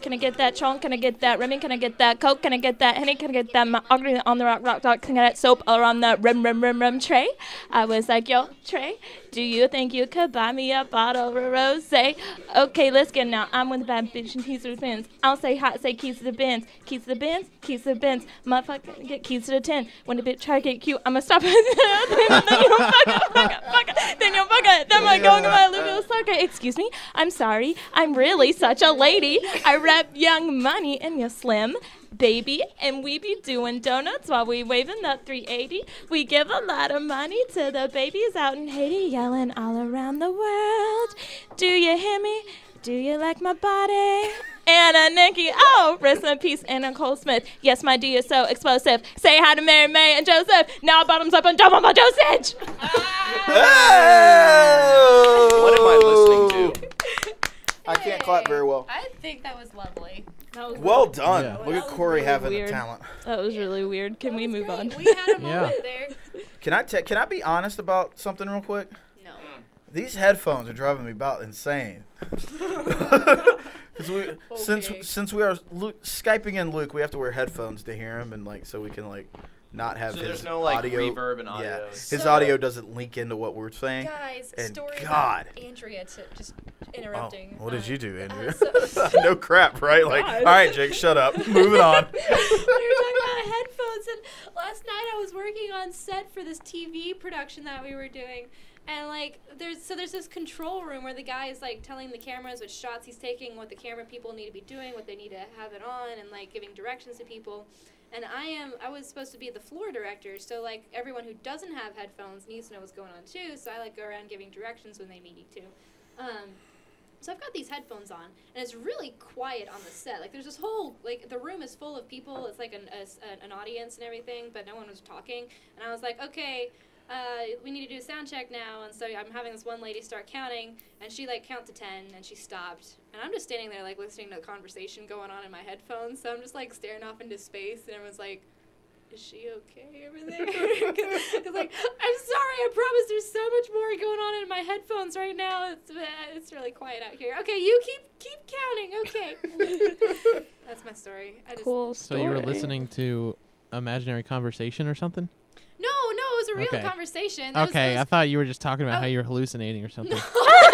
Speaker 3: Can I get that chunk? Can I get that Remy? Can I get that Coke? Can I get that Henny? Can I get that Mahogany on the rock, rock, rock? Can I get that soap all around that rim, rim, rim, rim tray? I was like, yo, Trey, do you think you could buy me a bottle of rose? Okay, let's get now. I'm with the bad bitch and keys to the bins. I'll say hot, say keys to the bins. Keys to the bins, keys to the bins. Motherfucker, get keys to the tin. When the bitch try to get cute, I'ma stop it. then you'll fuck it, fuck it, fuck it. Then you'll fuck it. Then I'm going to my little sucker. Excuse me, I'm sorry. I'm really such a lady. I rap young money and you're slim. Baby, and we be doing donuts while we waving that 380. We give a lot of money to the babies out in Haiti, yelling all around the world. Do you hear me? Do you like my body? Anna Nikki, oh, rest in peace, Anna Cole Smith. Yes, my D is so explosive. Say hi to Mary May and Joseph. Now bottoms up and double my dosage.
Speaker 2: Oh!
Speaker 5: What am I listening to?
Speaker 2: I can't clap very well.
Speaker 4: I think that was lovely. That was
Speaker 2: Well
Speaker 4: really-
Speaker 2: done.
Speaker 1: Yeah.
Speaker 2: Look
Speaker 4: That
Speaker 2: at
Speaker 4: was
Speaker 2: Corey
Speaker 4: really
Speaker 2: having
Speaker 3: weird.
Speaker 2: the talent.
Speaker 3: That was
Speaker 4: Yeah.
Speaker 3: really weird. Can
Speaker 4: that
Speaker 3: we
Speaker 4: was
Speaker 3: move
Speaker 4: great.
Speaker 3: on?
Speaker 4: We had a
Speaker 1: Yeah.
Speaker 4: moment there.
Speaker 2: Can I te- can I be honest about something real quick?
Speaker 4: No.
Speaker 2: These headphones are driving me about insane. 'Cause we, Since
Speaker 4: Okay.
Speaker 2: since we are Luke, skyping in Luke, we have to wear headphones to hear him and like so we can like not have
Speaker 5: So
Speaker 2: his
Speaker 5: there's no like
Speaker 2: audio.
Speaker 5: reverb and
Speaker 2: Yeah,
Speaker 5: audio.
Speaker 2: his
Speaker 4: So-
Speaker 2: audio doesn't link into what we're saying.
Speaker 4: Guys,
Speaker 2: And
Speaker 4: story
Speaker 2: God.
Speaker 4: about Andrea to just
Speaker 2: Oh,
Speaker 4: interrupting.
Speaker 2: what did
Speaker 4: Um,
Speaker 2: you do, Andrew?
Speaker 4: uh, so-
Speaker 2: no crap, right? Like,
Speaker 3: God.
Speaker 2: all right, Jake, shut up. Moving on.
Speaker 4: we were talking about headphones, and last night I was working on set for this TV production that we were doing, and like there's so there's this control room where the guy is like telling the cameras which shots he's taking, what the camera people need to be doing, what they need to have it on, and like giving directions to people. And I am I was supposed to be the floor director, so like everyone who doesn't have headphones needs to know what's going on too. So I like go around giving directions when they need to. Um, so I've got these headphones on, and it's really quiet on the set. Like there's this whole like the room is full of people. It's like an a s- an- an audience and everything, but no one was talking. And I was like, okay, uh, we need to do a sound check now. And so I'm having this one lady start counting, and she like count to ten, and she stopped. And I'm just standing there like listening to the conversation going on in my headphones. So I'm just like staring off into space, and everyone's like. Is she okay over there? Because like, I'm sorry. I promise. There's so much more going on in my headphones right now. It's uh, it's really quiet out here. Okay, you keep keep counting. Okay. That's my story. I just,
Speaker 3: Cool
Speaker 1: So
Speaker 3: story.
Speaker 1: you were listening to imaginary conversation or something?
Speaker 4: No, no, it was a real
Speaker 1: Okay.
Speaker 4: conversation. That was-
Speaker 1: Okay, I
Speaker 4: that
Speaker 1: thought you were just talking about
Speaker 4: Oh.
Speaker 1: how you were hallucinating or something.
Speaker 4: was-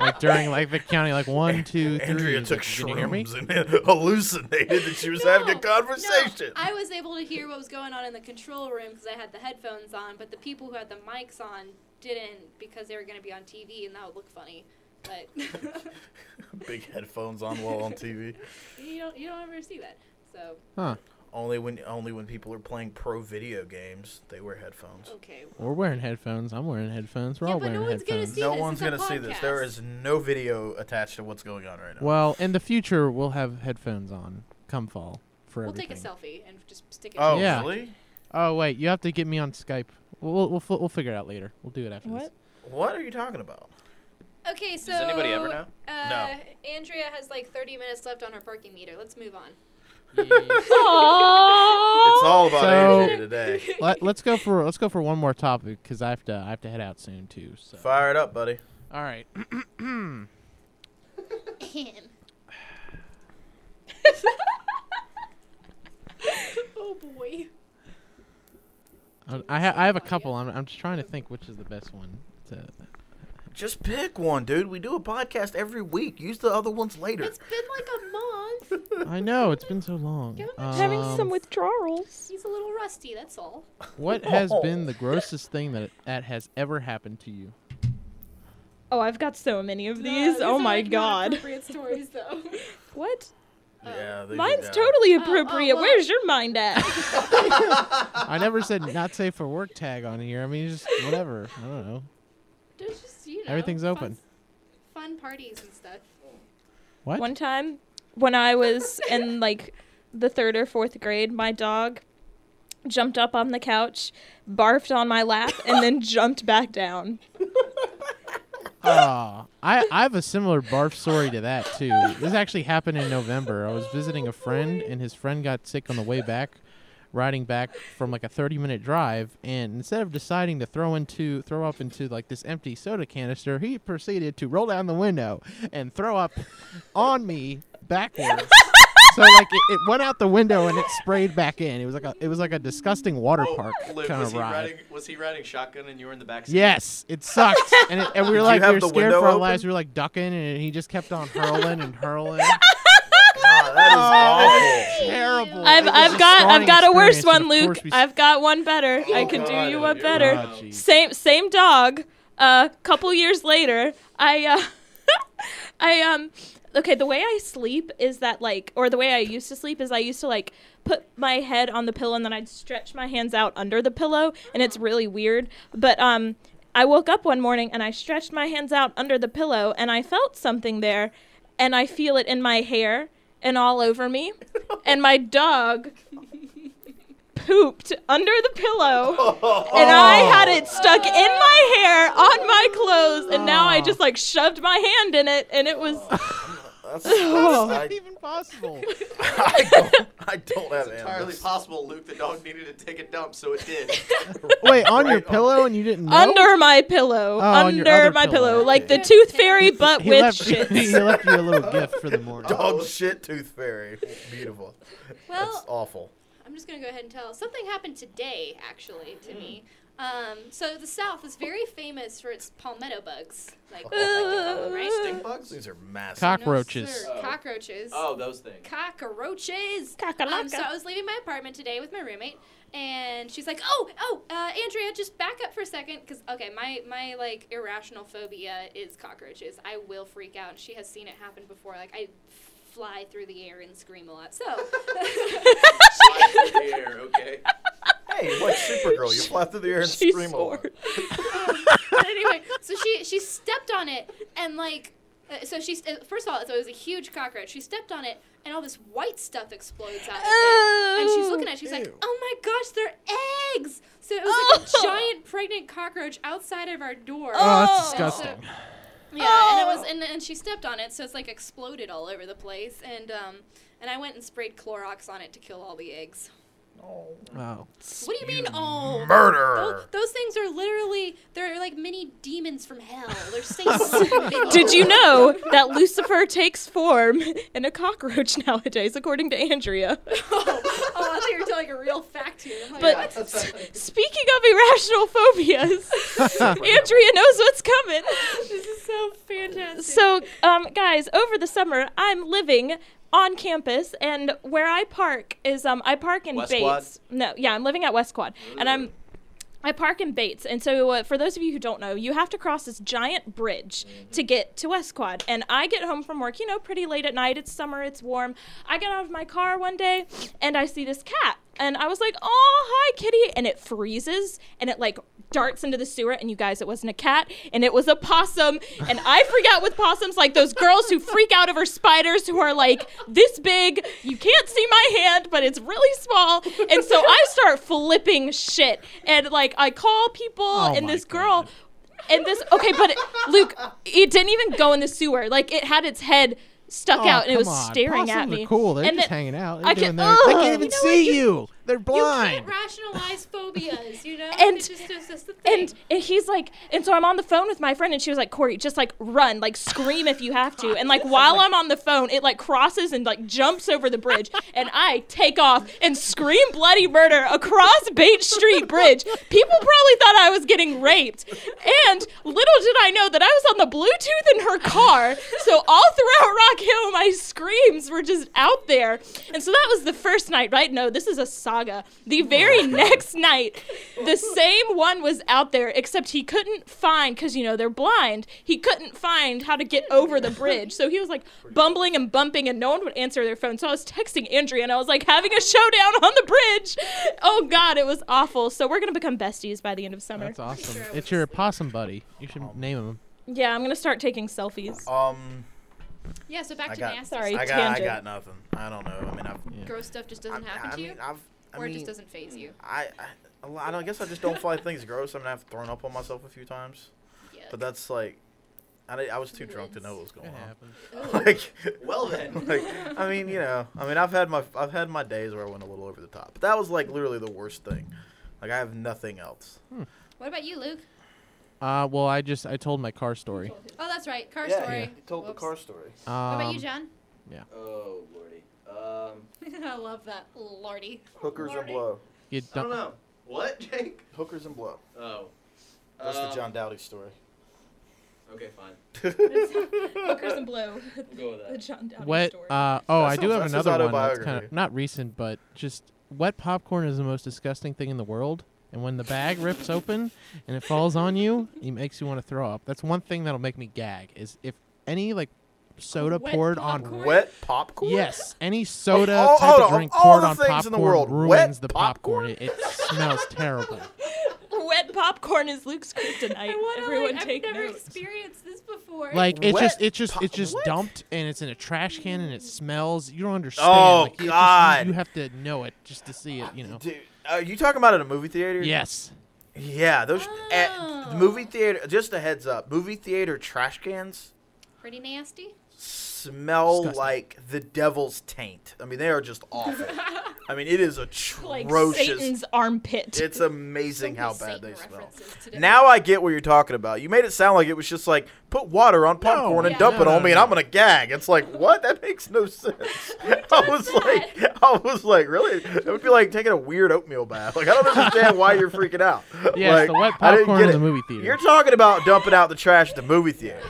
Speaker 1: like during like the counting, like one, two, three.
Speaker 2: Andrea took
Speaker 1: like, Can you hear me?
Speaker 2: shrooms and hallucinated that she was having a
Speaker 4: No, no,
Speaker 2: conversation.
Speaker 4: I was able to hear what was going on in the control room because I had the headphones on, but the people who had the mics on didn't because they were going to be on TV and that would look funny. But
Speaker 2: Big headphones on while on TV.
Speaker 4: you don't you don't ever see that. So
Speaker 1: Huh.
Speaker 2: Only when only when people are playing pro video games, they wear headphones.
Speaker 4: okay.
Speaker 1: We're wearing headphones. I'm wearing headphones. We're
Speaker 4: Yeah,
Speaker 1: all
Speaker 4: but
Speaker 1: wearing
Speaker 4: no one's gonna
Speaker 1: headphones.
Speaker 4: see
Speaker 2: no
Speaker 4: this.
Speaker 2: one's
Speaker 4: It's a
Speaker 2: gonna see this. There
Speaker 4: podcast.
Speaker 2: is no video attached to what's going on right now.
Speaker 1: Well, in the future, we'll have headphones on. Come fall for
Speaker 4: We'll
Speaker 1: everything.
Speaker 4: take a selfie and just stick it.
Speaker 2: oh,
Speaker 1: Yeah.
Speaker 2: really?
Speaker 1: Oh wait, you have to get me on Skype. We'll we'll, we'll, fi- we'll figure it out later. We'll do it after this.
Speaker 3: What?
Speaker 2: What are you talking about?
Speaker 4: Okay, so
Speaker 5: Does anybody ever know?
Speaker 4: Uh,
Speaker 2: No.
Speaker 4: Andrea has like 30 minutes left on her parking meter. Let's move on. Oh.
Speaker 2: It's all about
Speaker 1: So-
Speaker 2: Andrea today.
Speaker 1: Let, let's go for let's go for one more topic because I have to I have to head out soon too. So
Speaker 2: Fire it up, buddy.
Speaker 1: all right,
Speaker 4: Him. oh boy.
Speaker 1: I I, ha- I have a couple. I'm I'm just trying to think which is the best one. To,
Speaker 2: Just pick one, dude. We do a podcast every week. Use the other ones later.
Speaker 4: It's been like a month.
Speaker 1: I know it's been so long.
Speaker 4: Give him a
Speaker 3: Having
Speaker 1: Um,
Speaker 3: some withdrawals.
Speaker 4: He's a little rusty, that's all.
Speaker 1: What has been the grossest thing that that has ever happened to you?
Speaker 3: Oh, I've got so many of these. oh my god.
Speaker 4: Appropriate stories though.
Speaker 3: What?
Speaker 4: uh,
Speaker 2: yeah, these are
Speaker 3: Mine's
Speaker 2: guys.
Speaker 3: totally
Speaker 4: Oh, oh,
Speaker 3: appropriate.
Speaker 4: well-
Speaker 3: Where's your mind at?
Speaker 1: I never said not safe for work tag on here. I mean, just whatever. I don't know.
Speaker 4: There's just you know.
Speaker 1: Everything's
Speaker 4: fun-
Speaker 1: open.
Speaker 4: Fun parties and stuff.
Speaker 1: What?
Speaker 3: One time when I was in like the third or fourth grade, my dog jumped up on the couch, barfed on my lap, and then jumped back down.
Speaker 1: Oh, I, I have a similar barf story to that too. This actually happened in November. I was visiting a friend, and his friend got sick on the way back, riding back from like a 30-minute drive. And instead of deciding to throw into throw up into like this empty soda canister, he proceeded to roll down the window and throw up on me backwards. So like it, it went out the window and it sprayed back in. It was like a it was like a disgusting water park
Speaker 5: Oh, Luke,
Speaker 1: kind
Speaker 5: was
Speaker 1: of
Speaker 5: he
Speaker 1: ride.
Speaker 5: riding? Was he riding shotgun and you were in the back seat?
Speaker 1: Yes, it sucked, and, it, and we
Speaker 2: Did
Speaker 1: were
Speaker 2: you
Speaker 1: like
Speaker 2: have
Speaker 1: we were
Speaker 2: the
Speaker 1: scared
Speaker 2: window
Speaker 1: for our
Speaker 2: open?
Speaker 1: lives. We were like ducking, and he just kept on hurling and hurling.
Speaker 2: Ah, that is awful.
Speaker 1: Terrible.
Speaker 3: I've
Speaker 1: It was
Speaker 3: I've
Speaker 1: a
Speaker 3: got I've
Speaker 1: scarring
Speaker 3: got a worse
Speaker 1: experience, and
Speaker 3: one,
Speaker 1: of
Speaker 3: Luke.
Speaker 1: course we s-
Speaker 3: I've got one better. I
Speaker 5: Oh,
Speaker 3: can do
Speaker 5: God,
Speaker 3: you one
Speaker 5: you're
Speaker 3: better.
Speaker 5: right.
Speaker 1: Oh, geez.
Speaker 3: Same same dog. A uh, couple years later, I uh, I um okay, the way I sleep is that like or the way I used to sleep is I used to like put my head on the pillow and then I'd stretch my hands out under the pillow and it's really weird. But um I woke up one morning and I stretched my hands out under the pillow and I felt something there and I feel it in my hair and all over me and my dog pooped under the pillow and I had it stuck in my hair on my clothes, and now I
Speaker 1: Oh.
Speaker 3: just like shoved my hand in it, and it was
Speaker 2: That's,
Speaker 3: Oh.
Speaker 2: that's-
Speaker 1: not even possible.
Speaker 2: I, I, don't, I don't have
Speaker 5: It's entirely
Speaker 2: animals.
Speaker 5: possible Luke the dog needed to take a dump, so it did.
Speaker 1: Wait, on your
Speaker 2: Right
Speaker 1: pillow and you didn't know?
Speaker 3: Under my pillow.
Speaker 1: Oh, on your
Speaker 3: under
Speaker 1: other
Speaker 3: my
Speaker 1: pillow,
Speaker 3: pillow. Like the
Speaker 4: okay.
Speaker 3: tooth fairy butt
Speaker 1: he
Speaker 3: witch
Speaker 1: left,
Speaker 3: shit.
Speaker 1: he left you a little gift for the morning.
Speaker 2: Dog shit tooth fairy. Beautiful. That's
Speaker 4: Well,
Speaker 2: awful.
Speaker 4: I'm just going to go ahead and tell. Something happened today, actually, to me. Um, so the South is very famous for its palmetto bugs. Like, like they call them, right?
Speaker 5: Stink bugs?
Speaker 2: These are massive.
Speaker 1: Cock-
Speaker 4: No,
Speaker 1: Cockroaches.
Speaker 4: sir. Cockroaches.
Speaker 5: Oh, those things.
Speaker 4: Cockroaches. Um,
Speaker 3: Kakalaka.
Speaker 4: so I was leaving my apartment today with my roommate, and she's like, "Oh, oh, uh, Andrea, just back up for a second, because okay, my my like irrational phobia is cockroaches. I will freak out. She has seen it happen before. Like I fly through the air and scream a lot. So
Speaker 5: Fly through the air, okay.
Speaker 2: Hey, like Supergirl, you fly through the air and
Speaker 3: she
Speaker 2: scream a lot.
Speaker 3: scored.
Speaker 4: but anyway, so she she stepped on it and like, uh, so she uh, first of all, so it was a huge cockroach. She stepped on it, and all this white stuff explodes out of it.
Speaker 3: Oh.
Speaker 4: And she's looking at it, she's like,
Speaker 1: Ew.
Speaker 4: oh my gosh, they're eggs! So it was like
Speaker 3: Oh.
Speaker 4: a giant pregnant cockroach outside of our door.
Speaker 1: Oh, that's
Speaker 3: Oh.
Speaker 1: disgusting.
Speaker 4: Yeah, and it was and, and she stepped on it, so it's like exploded all over the place. And um and I went and sprayed Clorox on it to kill all the eggs.
Speaker 1: Wow.
Speaker 4: What do you mean oh
Speaker 2: Murder.
Speaker 4: Those, those things are literally they're like mini demons from hell. They're Satan.
Speaker 3: Did you know that Lucifer takes form in a cockroach nowadays, according to Andrea?
Speaker 4: oh, I thought you were telling a real fact here. I'm like,
Speaker 3: But-
Speaker 4: what?
Speaker 3: Speaking of irrational phobias, Andrea knows what's coming.
Speaker 4: this is so fantastic.
Speaker 3: So, um, guys, over the summer, I'm living on campus, and where I park is um, I park in
Speaker 5: West
Speaker 3: Bates.
Speaker 5: Quad?
Speaker 3: No, yeah, I'm living at West Quad, and I'm I park in Bates, and so uh, for those of you who don't know, you have to cross this giant bridge
Speaker 5: Mm-hmm.
Speaker 3: to get to West Quad. And I get home from work, you know, pretty late at night. It's summer, it's warm. I get out of my car one day, and I see this cat, and I was like, "Oh, hi, kitty!" And it freezes, and it like darts into the sewer. And you guys, it wasn't a cat, and it was a possum. And I freak out with possums, like those girls who freak out over spiders who are like this big. You can't see my hand, but it's really small. And so I start flipping shit, and like I call people,
Speaker 1: Oh
Speaker 3: and
Speaker 1: my
Speaker 3: this girl. And this okay, but it, Luke, it didn't even go in the sewer. Like it had its head stuck
Speaker 1: Oh,
Speaker 3: out and it was
Speaker 1: come on.
Speaker 3: staring at
Speaker 1: Possums
Speaker 3: me.
Speaker 1: Are cool. They're
Speaker 3: and
Speaker 1: just
Speaker 3: then-
Speaker 1: hanging out. They're
Speaker 3: I
Speaker 1: doing
Speaker 3: can-
Speaker 1: their, they
Speaker 3: Ugh.
Speaker 1: can't even
Speaker 3: You know
Speaker 1: see you. They're
Speaker 4: you
Speaker 1: blind.
Speaker 4: can't rationalize phobias, you know?
Speaker 3: And-
Speaker 4: It's just, it's just the thing.
Speaker 3: and and he's like and so i'm on the phone with my friend and she was like corey just like run like scream if you have to and like while i'm on the phone it like crosses and like jumps over the bridge and i take off and scream bloody murder across bates street bridge people probably thought i was getting raped and little did i know that i was on the bluetooth in her car so all throughout rock hill my screams were just out there and so that was the first night right no this is a saga the very next night the same one was out there, except he couldn't find, because, you know, they're blind, he couldn't find how to get over the bridge. So he was like bumbling and bumping, and no one would answer their phone. So I was texting Andrea, and I was like having a showdown on the bridge. Oh, God, it was awful. So we're going to become besties by the end of summer.
Speaker 1: That's awesome.
Speaker 4: sure I
Speaker 1: It's your possum buddy. You
Speaker 2: Oh.
Speaker 1: should name him.
Speaker 3: Yeah, I'm going to start taking selfies.
Speaker 2: Um,
Speaker 4: yeah, so back
Speaker 2: I
Speaker 4: to
Speaker 2: got-
Speaker 4: nasty.
Speaker 3: Sorry.
Speaker 2: I got, I
Speaker 3: Tangent.
Speaker 2: got nothing. I don't know. I mean, I've,
Speaker 4: Gross stuff just doesn't
Speaker 2: I-
Speaker 4: happen
Speaker 2: I
Speaker 4: to you,
Speaker 2: mean, I've, I
Speaker 4: or it
Speaker 2: mean,
Speaker 4: just doesn't phase you.
Speaker 2: I, I, I don't- I guess I just don't find things gross. I mean, I've thrown up on myself a few times,
Speaker 4: Yeah.
Speaker 2: but that's like, I, di- I was too drunk to know what was going
Speaker 1: It
Speaker 2: on.
Speaker 1: happens.
Speaker 2: Like,
Speaker 5: Well then.
Speaker 2: like, I mean, you know, I mean, I've had my, I've had my days where I went a little over the top, but that was like literally the worst thing. Like, I have nothing else.
Speaker 4: What about you, Luke?
Speaker 1: Uh, well, I just I told my car story.
Speaker 4: Oh, that's right. Car story.
Speaker 5: told
Speaker 4: Whoops.
Speaker 5: the car story.
Speaker 1: Um,
Speaker 4: What about you, John?
Speaker 5: Oh lordy. Um,
Speaker 4: I love that, Lardy.
Speaker 2: hookers and
Speaker 4: Lordy.
Speaker 2: blow.
Speaker 1: you
Speaker 5: I don't
Speaker 1: don't-
Speaker 5: know. What, Jake?
Speaker 2: Hookers and blow.
Speaker 5: Oh.
Speaker 2: That's
Speaker 5: Um,
Speaker 2: the John Dowdy story.
Speaker 5: Okay, fine.
Speaker 3: Hookers and blow.
Speaker 5: We'll go with
Speaker 3: the
Speaker 5: that.
Speaker 3: John Downey
Speaker 1: wet.
Speaker 3: story.
Speaker 1: Uh, oh,
Speaker 2: That
Speaker 1: I do
Speaker 2: sounds-
Speaker 1: have
Speaker 2: that's his
Speaker 1: another one that's kind of
Speaker 2: autobiography.
Speaker 1: not recent, but just wet popcorn is the most disgusting thing in the world. And when the bag rips open and it falls on you, it makes you want to throw up. That's one thing that'll make me gag. Is if any like soda
Speaker 4: Wet
Speaker 1: poured on.
Speaker 4: popcorn?
Speaker 2: Wet popcorn.
Speaker 1: Yes, any soda
Speaker 2: all-
Speaker 1: type
Speaker 2: hold
Speaker 1: of
Speaker 2: on,
Speaker 1: drink
Speaker 2: all
Speaker 1: poured
Speaker 2: the
Speaker 1: on
Speaker 2: things
Speaker 1: popcorn
Speaker 2: in the world.
Speaker 1: ruins
Speaker 2: Wet
Speaker 1: the popcorn. It, it smells terrible.
Speaker 3: Wet popcorn is Luke's kryptonite. Everyone
Speaker 4: I've
Speaker 3: take
Speaker 4: never
Speaker 3: notes.
Speaker 4: experienced this before.
Speaker 1: Like it
Speaker 2: Wet
Speaker 1: just it just
Speaker 2: po-
Speaker 1: it just
Speaker 2: what?
Speaker 1: dumped and it's in a trash can and it smells. You don't understand.
Speaker 2: Oh,
Speaker 1: like, it just- you-
Speaker 2: God.
Speaker 1: you have to know it just to see it. You know.
Speaker 2: Dude, are you talking about at a movie theater?
Speaker 1: Yes.
Speaker 2: Yeah, those eh, at
Speaker 4: Oh.
Speaker 2: movie theater. Just a heads up, movie theater trash cans
Speaker 4: Pretty nasty.
Speaker 2: smell
Speaker 1: Disgusting.
Speaker 2: like the devil's taint. I mean, they are just awful. I mean, it is atrocious.
Speaker 3: Like Satan's armpit.
Speaker 2: It's amazing how bad they
Speaker 4: Satan
Speaker 2: smell.
Speaker 4: references today.
Speaker 2: Now I get what you're talking about. You made it sound like it was just like put water on popcorn and
Speaker 4: Yeah.
Speaker 2: dump it
Speaker 1: No,
Speaker 2: on
Speaker 1: no,
Speaker 2: me, and
Speaker 1: no.
Speaker 2: I'm gonna gag. It's like what? That makes no sense. I was like, I was like, really? That would be like taking a weird oatmeal bath. Like I don't understand why you're freaking out.
Speaker 1: Yeah,
Speaker 2: like,
Speaker 1: it's the wet
Speaker 2: I didn't
Speaker 1: popcorn
Speaker 2: get
Speaker 1: in the
Speaker 2: it.
Speaker 1: movie theater.
Speaker 2: You're talking about dumping out the trash at the movie theater.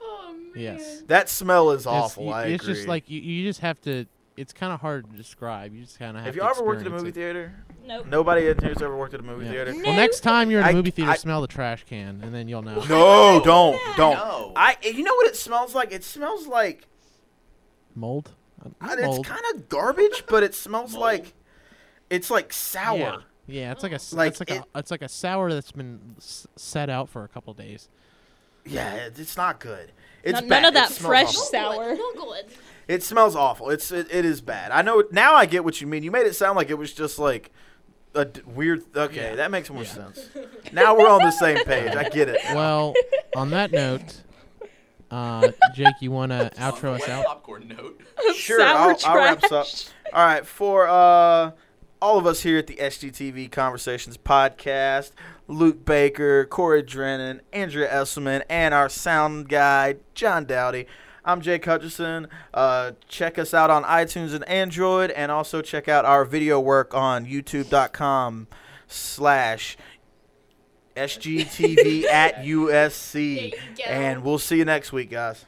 Speaker 3: oh, man.
Speaker 1: yes.
Speaker 2: That smell is
Speaker 1: It's-
Speaker 2: awful.
Speaker 1: you-
Speaker 2: I
Speaker 1: it's just
Speaker 2: agree.
Speaker 1: like you, you just have to. It's kind of hard to describe. You just kind of have.
Speaker 2: Have you
Speaker 1: to
Speaker 2: ever worked at a
Speaker 1: experience
Speaker 2: movie
Speaker 1: it.
Speaker 2: theater?
Speaker 3: Nope.
Speaker 2: Nobody in here's ever worked at a movie
Speaker 1: Yeah.
Speaker 2: theater.
Speaker 1: Well, next time you're in
Speaker 2: I-
Speaker 1: a movie theater,
Speaker 2: I-
Speaker 1: smell the trash can, and then you'll know.
Speaker 2: No, don't, don't.
Speaker 5: No.
Speaker 2: I. You know what it smells like? It smells like
Speaker 1: Mold. Uh,
Speaker 2: Uh,
Speaker 1: Mold.
Speaker 2: It's kind of garbage, but it smells
Speaker 5: Mold.
Speaker 2: like it's like sour.
Speaker 1: Yeah. Yeah, it's like a s-
Speaker 2: Like,
Speaker 1: it's like
Speaker 2: it-
Speaker 1: a it's like a sour that's been s- set out for a couple days.
Speaker 2: Yeah, it- it's not good. It's
Speaker 3: None-
Speaker 2: bad.
Speaker 3: none of that
Speaker 2: it smells
Speaker 3: fresh
Speaker 2: Awful.
Speaker 3: s- Sour.
Speaker 4: Google it. Google it.
Speaker 2: It smells awful. It's it, it is bad. I know. Now I get what you mean. You made it sound like it was just like a d- weird. Okay,
Speaker 1: Yeah.
Speaker 2: that makes more
Speaker 1: Yeah.
Speaker 2: sense. Now we're on the same page. I get it.
Speaker 1: Well, on that note, uh, Jake, you want to outro us
Speaker 5: Wet
Speaker 1: out?
Speaker 5: Popcorn note.
Speaker 2: sure,
Speaker 3: Sour
Speaker 2: I'll, I'll wrap us up.
Speaker 3: trash.
Speaker 2: All right, for uh, all of us here at the SGTV Conversations podcast, Luke Baker, Corey Drennan, Andrea Esselman, and our sound guy, John Dowdy. I'm Jake Hutchison. Uh, check us out on iTunes and Android, and also check out our video work on youtube.com slash SGTV at
Speaker 5: There
Speaker 2: USC.
Speaker 4: go.
Speaker 2: And we'll see you next week, guys.